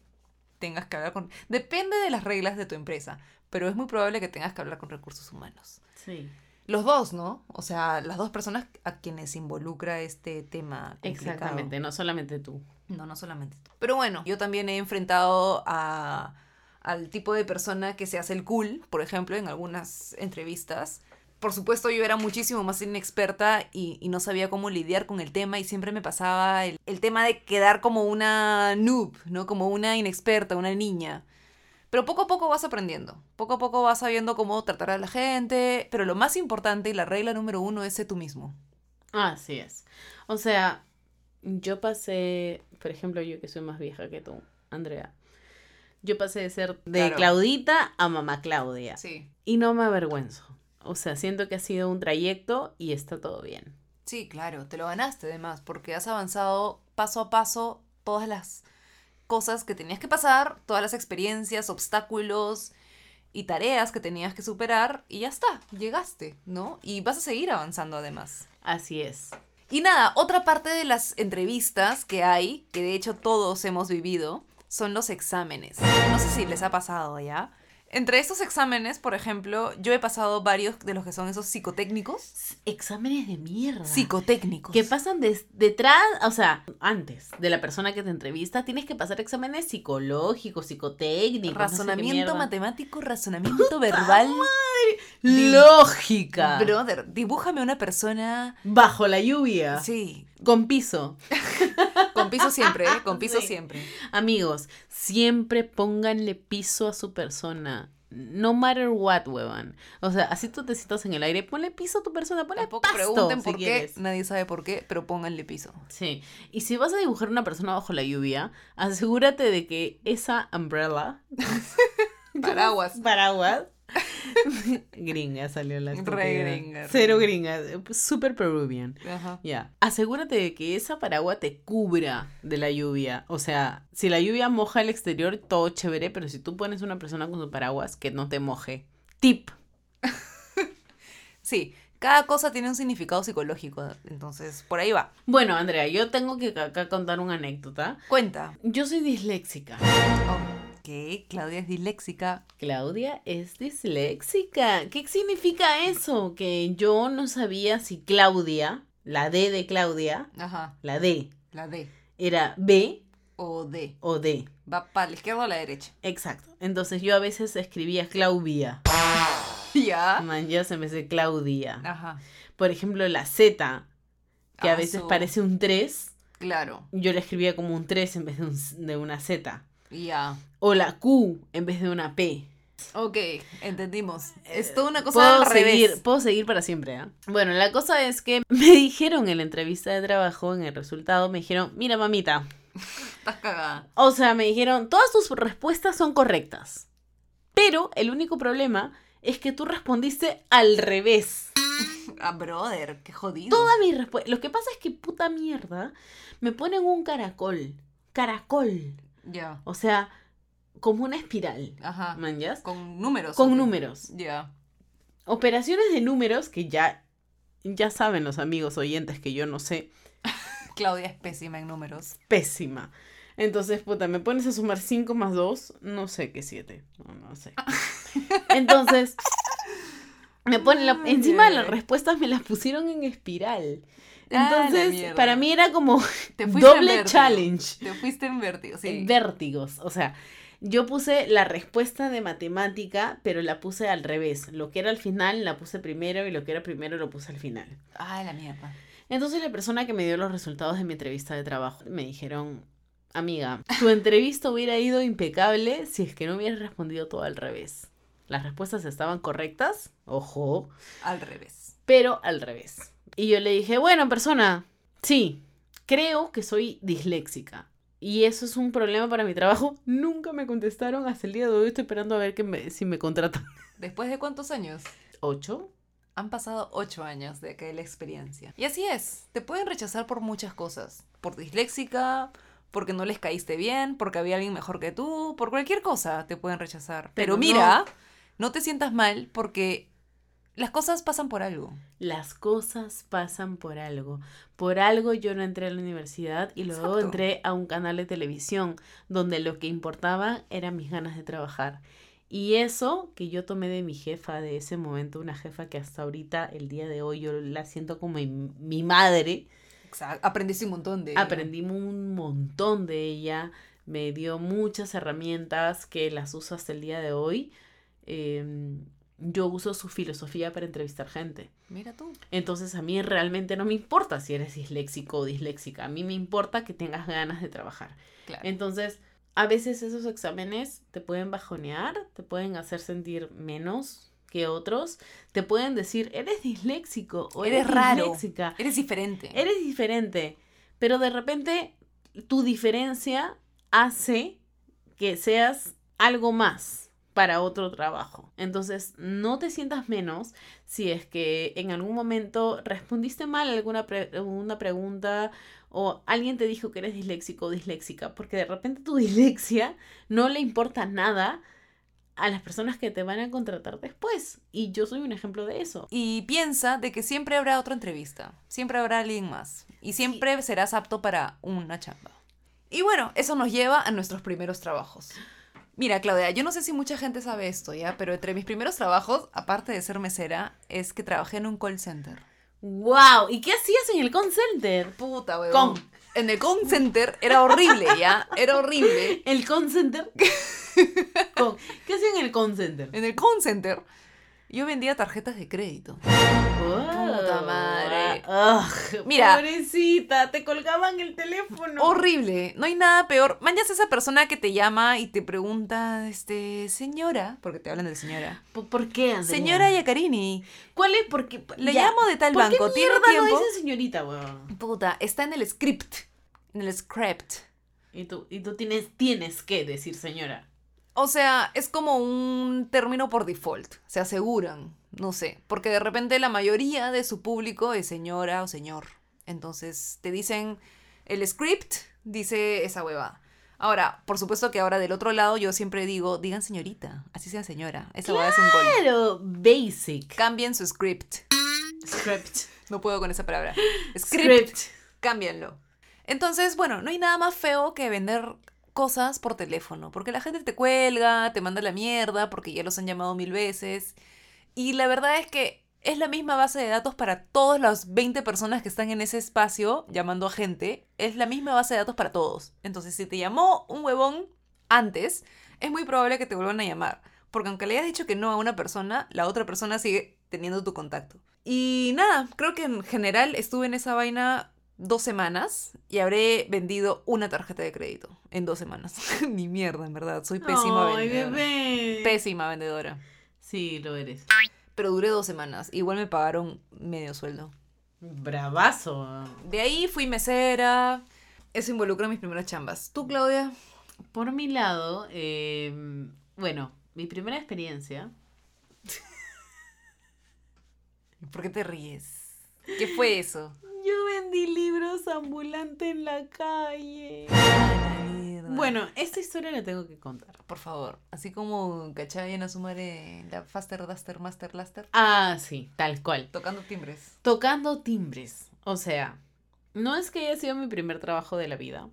tengas que hablar con... Depende de las reglas de tu empresa, pero es muy probable que tengas que hablar con recursos humanos.
Sí.
los dos, ¿no? O sea, las dos personas a quienes involucra este tema. complicado.
Exactamente, no solamente tú.
No, no solamente tú. Pero bueno, yo también he enfrentado a, al tipo de persona que se hace el cool, por ejemplo, en algunas entrevistas. Por supuesto, yo era muchísimo más inexperta y, y no sabía cómo lidiar con el tema y siempre me pasaba el, el tema de quedar como una noob, ¿no? Como una inexperta, una niña. Pero poco a poco vas aprendiendo, poco a poco vas sabiendo cómo tratar a la gente, pero lo más importante y la regla número uno es sé tú mismo.
Así es. O sea, yo pasé, por ejemplo, yo que soy más vieja que tú, Andrea. Yo pasé de ser de
Claro.
Claudita a mamá Claudia.
Sí.
Y no me avergüenzo. O sea, siento que ha sido un trayecto y está todo bien.
Sí, claro, te lo ganaste además, porque has avanzado paso a paso todas las cosas que tenías que pasar, todas las experiencias, obstáculos y tareas que tenías que superar y ya está, llegaste, ¿no? Y vas a seguir avanzando además.
Así es.
Y nada, otra parte de las entrevistas que hay, que de hecho todos hemos vivido, son los exámenes. No sé si les ha pasado ya. Entre estos exámenes, por ejemplo, yo he pasado varios de los que son esos psicotécnicos.
Exámenes de mierda.
Psicotécnicos.
que pasan des- detrás, o sea, antes de la persona que te entrevista, tienes que pasar exámenes psicológicos, psicotécnicos, no sé qué
razonamiento
mierda.
matemático, razonamiento verbal.
lógica.
Brother, dibújame una persona.
Bajo la lluvia,
Sí,
con piso.
con piso siempre, ¿eh? con piso
Sí.
siempre.
Amigos, siempre pónganle piso a su persona. No matter what, huevón. O sea, así tú te sientas en el aire, ponle piso a tu persona, ponle
Tampoco
pasto,
pregunten
si
por qué,
quieres.
nadie sabe por qué, pero pónganle piso.
Sí. Y si vas a dibujar una persona bajo la lluvia, asegúrate de que esa umbrella,
Paraguas.
paraguas, gringa salió la
Re
estúpida.
gringa, re
Cero
gringa.
gringa, eh, super peruvian.
Ajá.
Ya. Asegúrate de que esa paraguas te cubra de la lluvia. O sea, si la lluvia moja el exterior, todo chévere, pero si tú pones una persona con su paraguas, que no te moje. Tip.
Sí, cada cosa tiene un significado psicológico, entonces por ahí va.
Bueno, Andrea, yo tengo que acá contar una anécdota.
Cuenta.
Yo soy disléxica.
Ok, Claudia es disléxica.
Claudia es disléxica. ¿Qué significa eso? Que yo no sabía si Claudia, la D de Claudia,
Ajá,
la D,
la D.
era B
O D.
o D.
Va para la izquierda o la derecha.
Exacto. Entonces yo a veces escribía Claudia.
Ya.
Man, ya se me hace Claudia.
Ajá.
Por ejemplo, la Z, que a
Ah,
veces
su-
parece un 3,
Claro. yo
yo la escribía como un 3 en vez de, un- de una Z.
Ya.
O la Q en vez de una P.
Ok, entendimos. Es toda una cosa
Eh, puedo
al
seguir,
revés.
Puedo seguir para siempre, ¿ah? Bueno, la cosa es que me dijeron en la entrevista de trabajo, en el resultado, me dijeron, mira mamita,
Estás cagada.
o sea, me dijeron, todas tus respuestas son correctas, pero el único problema es que tú respondiste al revés.
Ah, brother, qué jodido.
Todas mis respuestas, lo que pasa es que puta mierda, me ponen un caracol, caracol,
Ya.
o sea, como una espiral,
Ajá.
¿manjas?
Con números.
Con
ok.
números.
Ya.
Operaciones de números que ya, ya saben los amigos oyentes que yo no sé.
Claudia es pésima en números.
pésima. Entonces, puta, me pones a sumar 5 más 2, no sé qué 7, no, no sé. Entonces, me ponen la-
Ay,
encima
ay,
las
ay.
respuestas me las pusieron en espiral.
Ah, la
Entonces,
mierda.
para mí era como
Te fuiste en
doble
vértigo.
challenge, Eh,
Te fuiste en vértigo, sí.
vértigos, o sea, yo puse la respuesta de matemática, pero la puse al revés. Lo que era al final la puse primero y lo que era primero lo puse al final.
Ay, Ah, la mierda.
Entonces la persona que me dio los resultados de mi entrevista de trabajo me dijeron, amiga, tu entrevista hubiera ido impecable si es que no hubieras respondido todo al revés. Las respuestas estaban correctas, ojo,
Al revés.
pero al revés. Y yo le dije, bueno, persona, sí, creo que soy disléxica. Y eso es un problema para mi trabajo. Nunca me contestaron hasta el día de hoy. Estoy esperando a ver que me- si me contratan.
¿Después de cuántos años?
¿Ocho?
Han pasado ocho años de aquella experiencia. Y así es, te pueden rechazar por muchas cosas. Por disléxica, porque no les caíste bien, porque había alguien mejor que tú, por cualquier cosa te pueden rechazar.
Pero
Pero, mira, no te sientas mal porque las cosas pasan por algo.
Las cosas pasan por algo. Por algo yo no entré a la universidad y luego
Exacto.
entré a un canal de televisión donde lo que importaba eran mis ganas de trabajar. Y eso que yo tomé de mi jefa de ese momento, una jefa que hasta ahorita, el día de hoy, yo la siento como mi, mi madre.
Exacto. Aprendiste un montón de...
Aprendí un montón de ella, me dio muchas herramientas que las uso hasta el día de hoy. Eh, yo uso su filosofía para entrevistar gente.
Mira tú.
Entonces a mí realmente no me importa si eres disléxico o disléxica, a mí me importa que tengas ganas de trabajar.
Claro.
Entonces, a veces esos exámenes te pueden bajonear, te pueden hacer sentir menos que otros, te pueden decir, eres disléxico o eres,
Eres raro.
disléxica,
Eres diferente.
eres diferente, pero de repente tu diferencia hace que seas algo más para otro trabajo. Entonces, no te sientas menos si es que en algún momento respondiste mal alguna pre- una pregunta o alguien te dijo que eres disléxico o disléxica, porque de repente tu dislexia no le importa nada a las personas que te van a contratar después. Y yo soy un ejemplo de eso.
Y piensa de que siempre habrá otra entrevista, siempre habrá alguien más y siempre serás apto para una chamba. Y bueno, eso nos lleva a nuestros primeros trabajos. Mira, Claudia, yo no sé si mucha gente sabe esto ya, pero entre mis primeros trabajos, aparte de ser mesera, es que trabajé en un call center.
¡Wow! ¿Y qué hacías en el call center?
Puta, weón.
Con.
En el call center era horrible, ya, era horrible.
El call center. Con- ¿Qué hacían en el call center?
En el call center yo vendía tarjetas de crédito. Puta madre.
Oh, ah, Ugh,
Mira.
Pobrecita, te colgaban el teléfono.
Horrible, no hay nada peor. Mañas esa persona que te llama y te pregunta, este, señora, porque te hablan de señora.
¿Por, por qué, Andrea?
Señora Yacarini,
¿Cuál es? Porque
le llamo de tal banco,
¿Por qué
¿tiene
mierda
tiempo?
no dicen señorita, weón?
Puta, está en el script. En el script.
Y tú, y tú tienes, tienes que decir señora.
O sea, es como un término por default, se aseguran, no sé, porque de repente la mayoría de su público es señora o señor. Entonces te dicen, el script dice esa huevada. Ahora, por supuesto que ahora del otro lado yo siempre digo, digan señorita, así sea señora, esa huevada es un gol.
Pero basic.
Cambien su script.
Script.
No puedo con esa palabra. script.
Script.
cámbianlo. Entonces, bueno, no hay nada más feo que vender cosas por teléfono, porque la gente te cuelga, te manda la mierda, porque ya los han llamado mil veces. Y la verdad es que es la misma base de datos para todas las 20 personas que están en ese espacio llamando a gente. Es la misma base de datos para todos. Entonces, si te llamó un huevón antes, es muy probable que te vuelvan a llamar. Porque aunque le hayas dicho que no a una persona, la otra persona sigue teniendo tu contacto. Y nada, creo que en general estuve en esa vaina dos semanas y habré vendido una tarjeta de crédito en dos semanas. Ni mierda, en verdad. Soy pésima
Ay,
vendedora.
bebé.
Pésima vendedora.
sí, lo eres.
Pero duré dos semanas. Igual me pagaron medio sueldo.
Bravazo. weón.
De ahí fui mesera. Eso involucra mis primeras chambas. ¿Tú, Claudia?
Por mi lado, eh, bueno, mi primera experiencia.
¿Por qué te ríes? ¿Qué fue eso?
Yo vendí libros ambulante en la calle.
Bueno,
Bueno, esta historia la tengo que contar.
por favor, así como cachai en Asumare, la Faster, Duster, Master, Laster,
Ah, sí, tal cual.
tocando timbres.
Tocando timbres. O sea, no es que haya sido mi primer trabajo de la vida,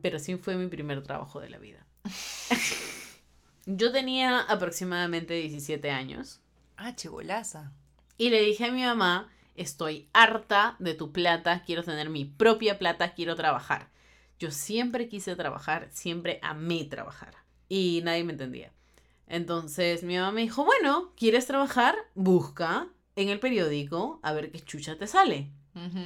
pero sí fue mi primer trabajo de la vida. Yo tenía aproximadamente 17 años.
Ah, chibolaza.
Y le dije a mi mamá, estoy harta de tu plata, quiero tener mi propia plata, quiero trabajar. Yo siempre quise trabajar, siempre amé trabajar. Y nadie me entendía. Entonces mi mamá me dijo, bueno, ¿quieres trabajar? Busca en el periódico a ver qué chucha te sale.
Ujú.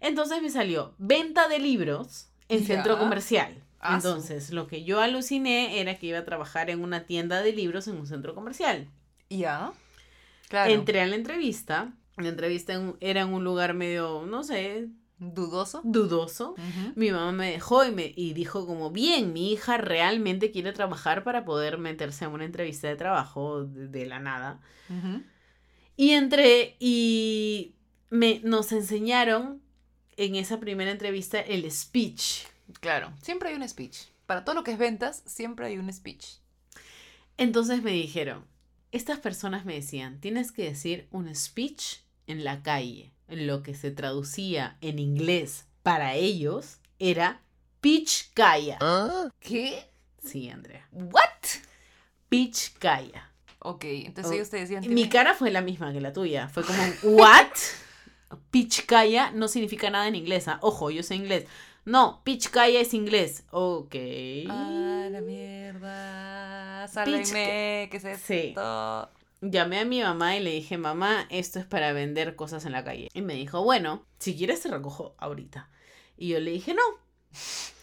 Entonces me salió venta de libros en
Ya.
centro comercial.
Ah, su.
Entonces lo que yo aluciné era que iba a trabajar en una tienda de libros en un centro comercial.
Ya. Claro.
Entré a la entrevista. La entrevista en- era en un lugar medio, no sé,
Dudoso.
dudoso.
Ujú.
Mi mamá me dejó y, me, y dijo como, bien, mi hija realmente quiere trabajar para poder meterse a una entrevista de trabajo de, de la nada.
Ujú.
Y entré y me, nos enseñaron en esa primera entrevista el speech.
Claro. Siempre hay un speech. Para todo lo que es ventas, siempre hay un speech.
Entonces me dijeron, estas personas me decían, tienes que decir un speech en la calle. Lo que se traducía en inglés para ellos era pitch calla.
¿Qué?
Sí, Andrea.
¿What?
Pitch Kaya.
Ok, entonces
Oh,
ellos te decían.
Mi
"Tienes-
cara fue la misma que la tuya. Fue como, ¿what? Pitch Kaya no significa nada en inglés. ah. Ojo, yo sé inglés. No, Pitch Kaya es inglés. Ok.
Ah, la mierda.
Pitch
Sálvenme, que se
Sí.
esto?
Llamé a mi mamá y le dije, mamá, esto es para vender cosas en la calle. Y me dijo, bueno, si quieres te recojo ahorita. Y yo le dije, no,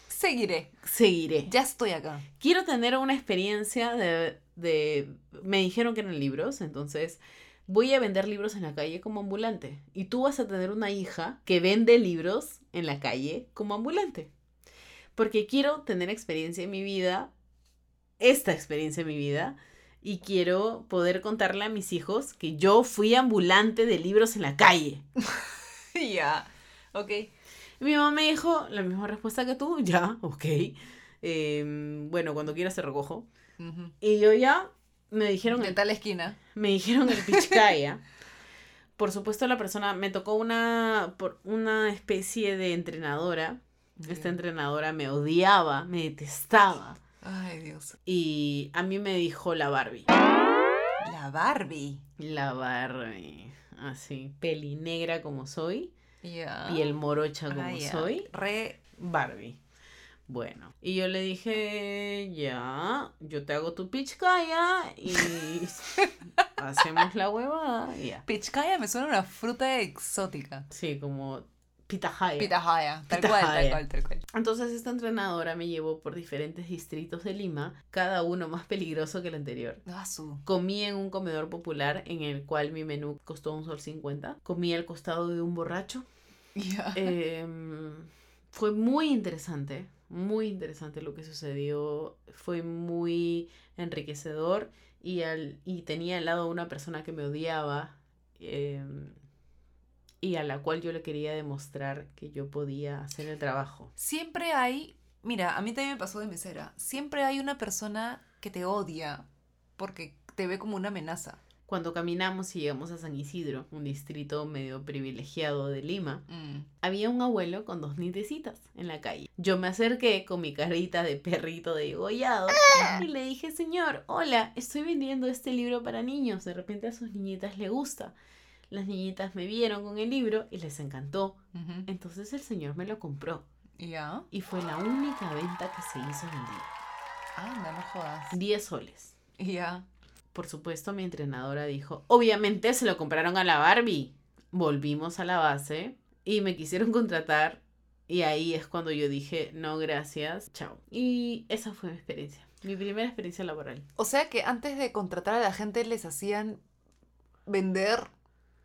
Seguiré.
seguiré.
Ya estoy acá.
Quiero tener una experiencia de, de- Me dijeron que eran libros, entonces voy a vender libros en la calle como ambulante. Y tú vas a tener una hija que vende libros en la calle como ambulante. Porque quiero tener experiencia en mi vida, esta experiencia en mi vida, y quiero poder contarle a mis hijos que yo fui ambulante de libros en la calle.
ya. Ok.
Y Mi mamá me dijo la misma respuesta que tú, ya, ok. Em, bueno, cuando quieras te recojo.
Ujú.
Y yo ya me dijeron
De
el,
tal esquina.
me dijeron el pichicaya. Por supuesto la persona me tocó una por una especie de entrenadora. Esta entrenadora me odiaba, me detestaba
Ay, Dios.
y a mí me dijo la Barbie.
La Barbie.
La Barbie, así, peli negra como soy,
Ya.
piel morocha
Ah,
como
ya.
soy.
Re.
Barbie. Bueno, y yo le dije, ya, yo te hago tu pichcaya y hacemos la huevada, y ya.
Pichkaya me suena a una fruta exótica.
Sí, como
Eh,
pitahaya.
Pitahaya. Tal cual, tal
Pitahaya.
cual, tal cual.
Entonces esta entrenadora me llevó por diferentes distritos de Lima, cada uno más peligroso que el anterior.
Ah, su.
Comí en un comedor popular en el cual mi menú costó un sol cincuenta. Comí al costado de un borracho.
Ya.
Em, fue muy interesante, muy interesante lo que sucedió, fue muy enriquecedor y, al, y tenía al lado una persona que me odiaba em, y a la cual yo le quería demostrar que yo podía hacer el trabajo.
Siempre hay, mira, a mí también me pasó de mesera, siempre hay una persona que te odia porque te ve como una amenaza.
Cuando caminamos y llegamos a San Isidro, un distrito medio privilegiado de Lima,
Mm.
había un abuelo con dos nietecitas en la calle. Yo me acerqué con mi carita de perrito degollado y le dije, señor, hola, estoy vendiendo este libro para niños, de repente a sus niñitas le gusta. Las niñitas me vieron con el libro y les encantó.
Ujú.
Entonces el señor me lo compró
Ya.
y fue la única venta que se hizo en el día.
Anda, Ah, no jodas.
10 soles.
Ya.
Por supuesto, mi entrenadora dijo, obviamente se lo compraron a la Barbie. Volvimos a la base y me quisieron contratar y ahí es cuando yo dije, no, gracias, chao. Y esa fue mi experiencia, mi primera experiencia laboral.
O sea que antes de contratar a la gente les hacían vender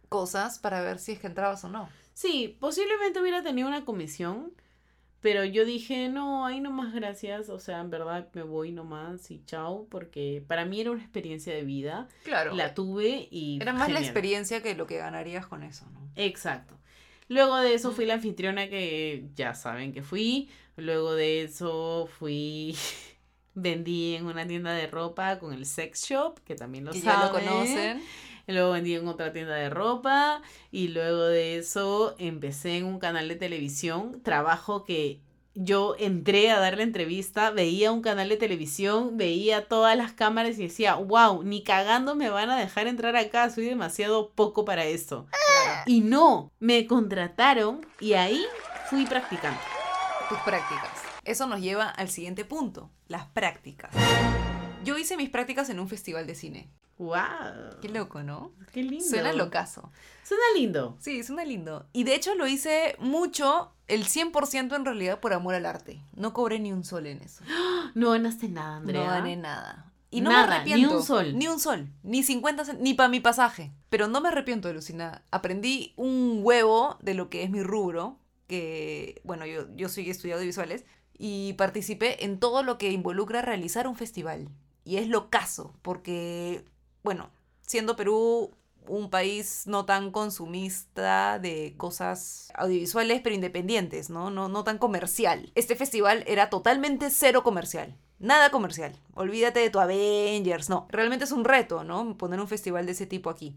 cosas para ver si es que entrabas o no.
Sí, posiblemente hubiera tenido una comisión, pero yo dije, no, ahí nomás gracias, o sea, en verdad me voy nomás y chao, porque para mí era una experiencia de vida,
Claro.
la tuve y...
Era más la
genial.
experiencia que lo que ganarías con eso, ¿no?
Exacto. Luego de eso
Mm.
fui la anfitriona que ya saben que fui. Luego de eso fui. Vendí en una tienda de ropa con el sex shop, que también lo
Que ya
saben.
lo conocen.
Luego vendí en otra tienda de ropa. Y luego de eso empecé en un canal de televisión. Trabajo que yo entré a dar la entrevista, veía un canal de televisión, veía todas las cámaras y decía, wow, ni cagando me van a dejar entrar acá, soy demasiado poco para esto. Y no, me contrataron y ahí fui practicando.
tus prácticas. Eso nos lleva al siguiente punto, las prácticas. Yo hice mis prácticas en un festival de cine.
¡Wow!
Qué loco, ¿no?
Qué lindo!
Suena locazo.
Suena lindo.
Sí, suena lindo. Y de hecho lo hice mucho, el 100% en realidad por amor al arte. No cobré ni un sol en eso.
No ganaste nada, Andrea.
No gané nada. Y no me
Nada, ni
arrepiento.
un sol.
Ni un sol. Ni 50 cent- ni para mi pasaje. Pero no me arrepiento, Lucina. Aprendí un huevo de lo que es mi rubro, que, bueno, yo, yo soy estudiado de visuales, y participé en todo lo que involucra realizar un festival. Y es lo caso, porque, bueno, siendo Perú un país no tan consumista de cosas audiovisuales, pero independientes, ¿no? No, no tan comercial. Este festival era totalmente cero comercial. Nada comercial. Olvídate de tu Avengers. No, realmente es un reto, ¿no? Poner un festival de ese tipo aquí.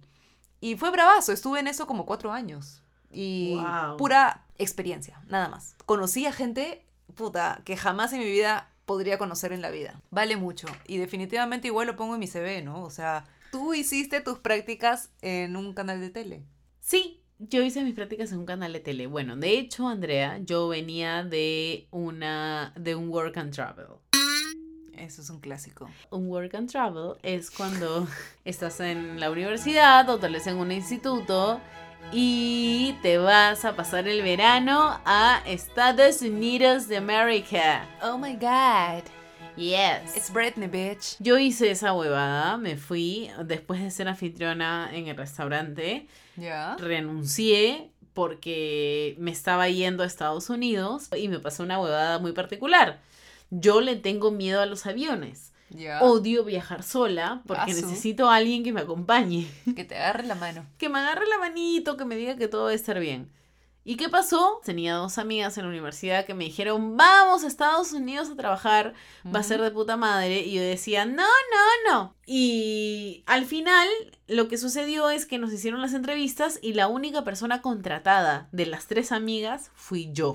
Y fue bravazo. Estuve en eso como cuatro años. Y
Guau.
pura experiencia, nada más. Conocí a gente, puta, que jamás en mi vida podría conocer en la vida. Vale mucho. Y definitivamente igual lo pongo en mi CV, ¿no? O sea, tú hiciste tus prácticas en un canal de tele.
Sí, yo hice mis prácticas en un canal de tele. Bueno, de hecho, Andrea, yo venía de una de un work and travel.
Eso es un clásico.
Un work and travel es cuando estás en la universidad o tal vez en un instituto y te vas a pasar el verano a Estados Unidos de América.
Oh my god.
Yes.
It's Britney, bitch.
Yo hice esa huevada, me fui después de ser anfitriona en el restaurante,
Ya.
renuncié porque me estaba yendo a Estados Unidos y me pasó una huevada muy particular. Yo le tengo miedo a los aviones.
Ya.
Odio viajar sola porque
Asu.
necesito a alguien que me acompañe.
Que te agarre la mano.
Que me agarre la manito, que me diga que todo va a estar bien. ¿Y qué pasó? Tenía dos amigas en la universidad que me dijeron, vamos a Estados Unidos a trabajar, va a ser de puta madre. Y yo decía, no, no, no. Y al final lo que sucedió es que nos hicieron las entrevistas y la única persona contratada de las tres amigas fui yo.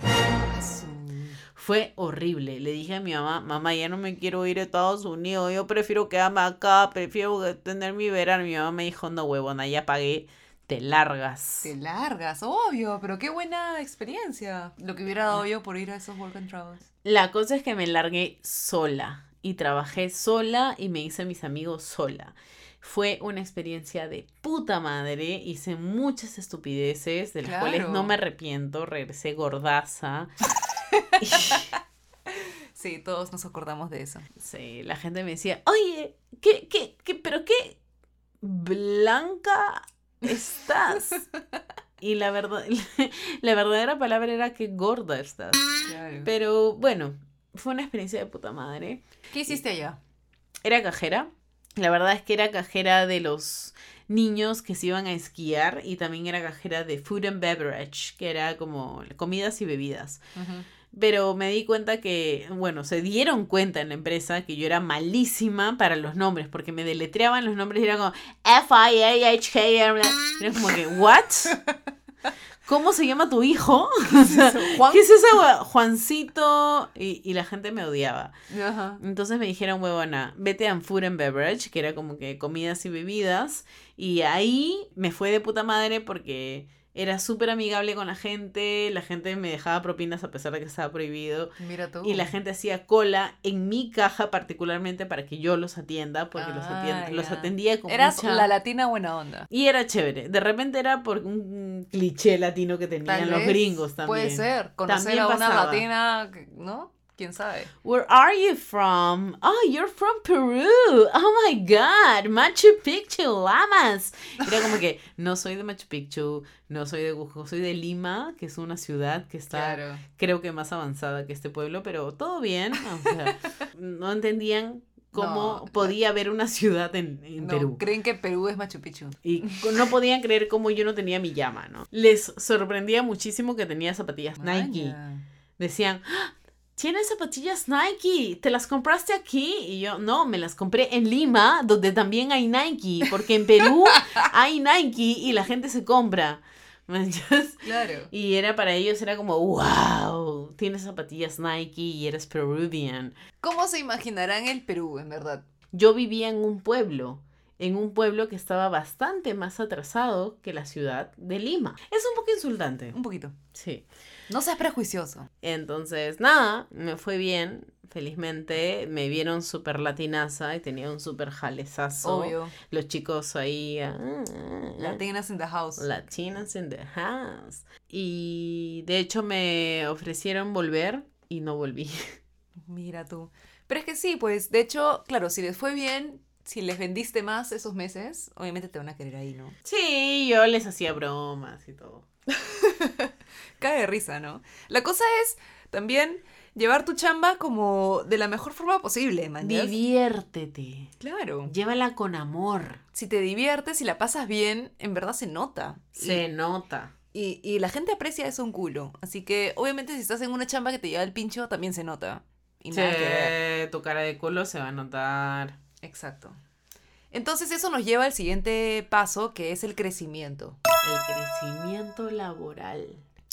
Fue horrible. Le dije a mi mamá, mamá, ya no me quiero ir a Estados Unidos, yo prefiero quedarme acá, prefiero que- tener mi verano. Mi mamá me dijo, no, huevona, ya pagué, te largas.
Te largas, obvio, pero qué buena experiencia. Lo que hubiera dado yo por ir a esos work and travels.
La cosa es que me largué sola y trabajé sola y me hice mis amigos sola. Fue una experiencia de puta madre, hice muchas estupideces de las cuales
Claro.
no me arrepiento, regresé gordaza.
Sí, todos nos acordamos de eso.
Sí, la gente me decía, oye, ¿qué, qué, qué, pero qué blanca estás? Y la, verdad, la verdadera palabra era que gorda estás.
Claro.
Pero bueno, fue una experiencia de puta madre.
¿Qué hiciste allá?
Era cajera. La verdad es que era cajera de los niños que se iban a esquiar y también era cajera de food and beverage, que era como comidas y bebidas. Pero me di cuenta que, bueno, se dieron cuenta en la empresa que yo era malísima para los nombres, porque me deletreaban los nombres y era como F-I-A-H-K. Era como que, ¿what? ¿Cómo se llama tu hijo? O sea,
Juan.
¿Qué es esa hua- Juancito? Y, y la gente me odiaba.
Ajá.
Entonces me dijeron, huevona, vete a Food and Beverage, que era como que comidas y bebidas. Y ahí me fue de puta madre porque era súper amigable con la gente. La gente me dejaba propinas a pesar de que estaba prohibido.
Mira tú.
Y la gente hacía cola en mi caja particularmente para que yo los atienda, porque los, atien-
Ah,
los
ya.
atendía con
Eras
mucha-
la latina buena onda.
Y era chévere. De repente era por un cliché latino que tenían
Tal
los
vez
gringos también.
Puede ser. Conocer
También
a una
pasaba.
latina, que- ¿no? ¿Quién sabe?
Where are you from? Oh, you're from Peru. Oh my God, Machu Picchu, Lamas. Era como que no soy de Machu Picchu, no soy de Cusco, soy de Lima, que es una ciudad que está creo que más avanzada que este pueblo, pero todo bien. O sea, no entendían cómo
No.
podía haber una ciudad en, en
No,
Perú.
creen que Perú es Machu Picchu.
Y no podían creer cómo yo no tenía mi llama, ¿no? Les sorprendía muchísimo que tenía zapatillas Nike
Maña.
decían, "¡Ah! tienes zapatillas Nike, te las compraste aquí. Y yo, no, me las compré en Lima, donde también hay Nike, porque en Perú hay Nike y la gente se compra. ¿Manchas?
Claro.
Y era para ellos, era como, wow, tienes zapatillas Nike y eres peruvian.
¿Cómo se imaginarán el Perú, en verdad?
Yo vivía en un pueblo, en un pueblo que estaba bastante más atrasado que la ciudad de Lima. Es un poco insultante.
Un poquito.
Sí.
No seas prejuicioso.
Entonces, nada, me fue bien, felizmente. Me vieron súper latinaza y tenía un súper jalezazo.
Obvio.
Los chicos ahí. ah, ah, ah,
Latinas in the house.
Latinas in the house. Y de hecho me ofrecieron volver y no volví.
Mira tú. Pero es que sí, pues, de hecho, claro, si les fue bien, si les vendiste más esos meses, obviamente te van a querer ahí, ¿no?
Sí, yo les hacía bromas y todo.
Cae de risa, ¿no? La cosa es también llevar tu chamba como de la mejor forma posible, man. ¿ya?
Diviértete.
Claro.
Llévala con amor.
Si te diviertes y la pasas bien, en verdad se nota.
Se nota.
Y, y la gente aprecia eso un culo. Así que, obviamente, si estás en una chamba que te lleva el pincho, también se nota. Y nada que ver.
Sí, tu cara de culo se va a notar.
Exacto. Entonces eso nos lleva al siguiente paso, que es el crecimiento.
El crecimiento laboral.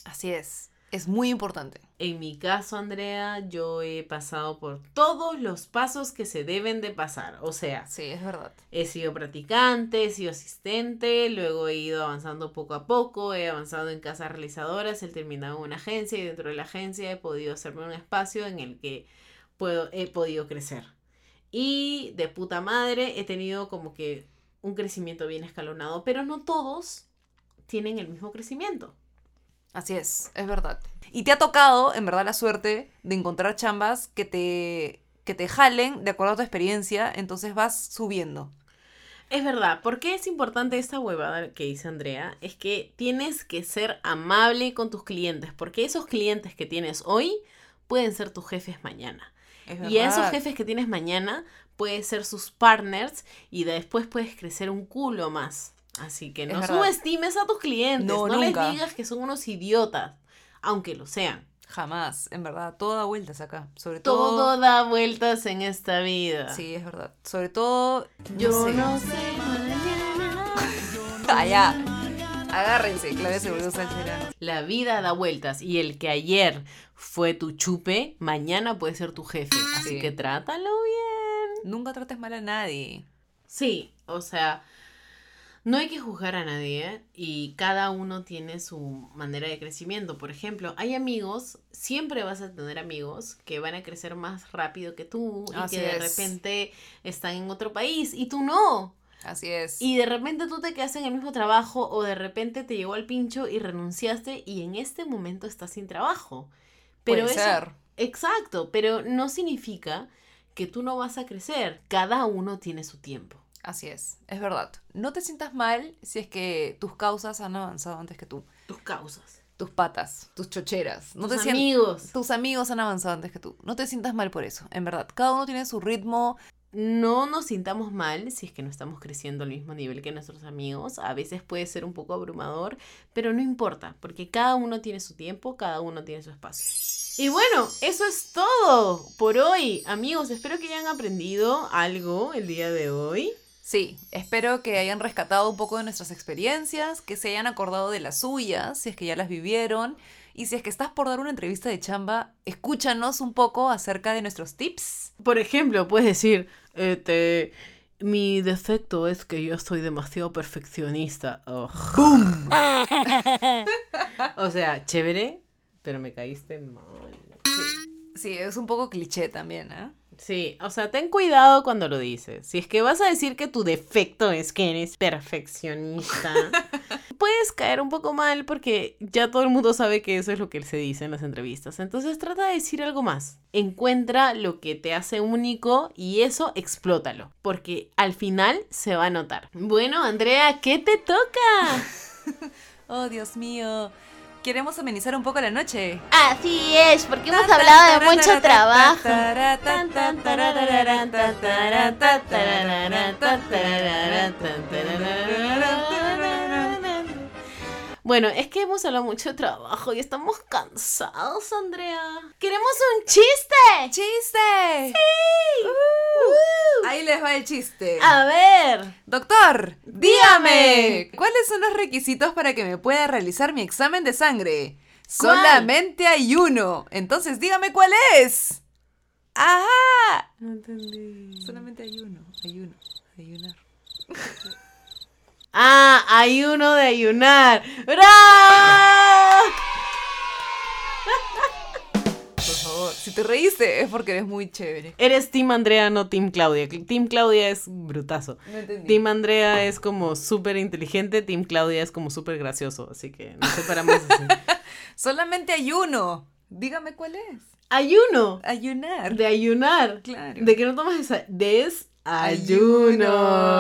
Así es. Es muy importante.
En mi caso, Andrea, yo he pasado por todos los pasos que se deben de pasar. O sea,
Sí, es verdad.
he sido practicante, he sido asistente, luego he ido avanzando poco a poco, he avanzado en casas realizadoras, he terminado en una agencia y dentro de la agencia he podido hacerme un espacio en el que puedo, he podido crecer. Y de puta madre he tenido como que un crecimiento bien escalonado, pero no todos tienen el mismo crecimiento.
Así es, es verdad. Y te ha tocado, en verdad, la suerte de encontrar chambas que te, que te jalen de acuerdo a tu experiencia, entonces vas subiendo.
Es verdad, ¿por qué es importante esta huevada que dice Andrea? Es que tienes que ser amable con tus clientes, porque esos clientes que tienes hoy pueden ser tus jefes mañana.
Es
Y a esos
verdad.
jefes que tienes mañana pueden ser sus partners y después puedes crecer un culo más. Así que
Es
no
verdad.
subestimes a tus clientes, no,
No,
les
nunca.
digas que son unos idiotas, aunque lo sean.
Jamás, en verdad, toda vuelta es acá. Sobre todo.
Todo da vueltas en esta vida.
Sí, es verdad. Sobre todo.
Yo
sé.
no sé mañana.
Allá. Agárrense, Claudia se volvió salsera.
La vida da vueltas y el que ayer fue tu chupe, mañana puede ser tu jefe. Así
Sí.
que trátalo bien.
Nunca trates mal a nadie.
Sí, o sea, no hay que juzgar a nadie ¿eh? y cada uno tiene su manera de crecimiento. Por ejemplo, hay amigos, siempre vas a tener amigos que van a crecer más rápido que tú y
Así
que de
es.
repente están en otro país y tú no.
Así es.
Y de repente tú te quedas en el mismo trabajo o de repente te llegó al pincho y renunciaste y en este momento estás sin trabajo. Pero
Puede
eso,
ser.
exacto, pero no significa que tú no vas a crecer. Cada uno tiene su tiempo.
Así es. Es verdad. No te sientas mal si es que tus causas han avanzado antes que tú.
Tus causas,
Tus patas, tus chocheras. No
tus
te sientas.
amigos.
Tus amigos han avanzado antes que tú. No te sientas mal por eso, en verdad. Cada uno tiene su ritmo.
No nos sintamos mal si es que no estamos creciendo al mismo nivel que nuestros amigos. A veces puede ser un poco abrumador, pero no importa, porque cada uno tiene su tiempo, cada uno tiene su espacio. Y bueno, eso es todo por hoy. Amigos, espero que hayan aprendido algo el día de hoy.
Sí, espero que hayan rescatado un poco de nuestras experiencias, que se hayan acordado de las suyas, si es que ya las vivieron. Y si es que estás por dar una entrevista de chamba, escúchanos un poco acerca de nuestros tips.
Por ejemplo, puedes decir, este, mi defecto es que yo soy demasiado perfeccionista. Ugh. o sea, chévere, pero me caíste mal.
Sí, es un poco cliché también, ¿eh?
Sí, o sea, ten cuidado cuando lo dices. Si es que vas a decir que tu defecto es que eres perfeccionista, puedes caer un poco mal porque ya todo el mundo sabe que eso es lo que se dice en las entrevistas. Entonces trata de decir algo más. Encuentra lo que te hace único y eso explótalo, porque al final se va a notar. Bueno, Andrea, ¿qué te toca?
Oh, Dios mío. Queremos amenizar un poco la noche.
Así es, porque hemos hablado de mucho trabajo.
Bueno, es que hemos hablado mucho de trabajo y estamos cansados, Andrea. Queremos un chiste.
¡Chiste! Ahí les va el chiste.
A ver.
Doctor, dígame, ¿cuáles son los requisitos para que me pueda realizar mi examen de sangre?
¿Cuál?
Solamente hay uno. Entonces, dígame cuál es. Ajá.
No entendí.
Solamente hay uno. Hay uno. Ayunar.
Ah, hay uno de ayunar. ¡Bravo!
Por favor, si te reíste es porque eres muy chévere.
Eres Team Andrea, no Team Claudia. Team Claudia es brutazo.
No entendí.
Team Andrea es como súper inteligente, Team Claudia es como súper gracioso, así que no separamos así.
Solamente hay uno. Dígame cuál es.
Ayuno.
Ayunar.
De ayunar.
Claro.
De que no tomas esa. Desayuno.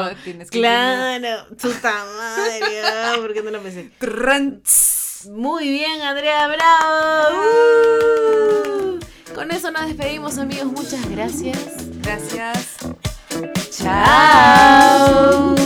Ayuno. Tienes que
Claro. Chuta madre. ah, ¿Por qué no lo pensé?
ayunar.
Muy bien, Andrea, bravo. Uh. Con eso nos despedimos, amigos. Muchas gracias.
Gracias.
Chao.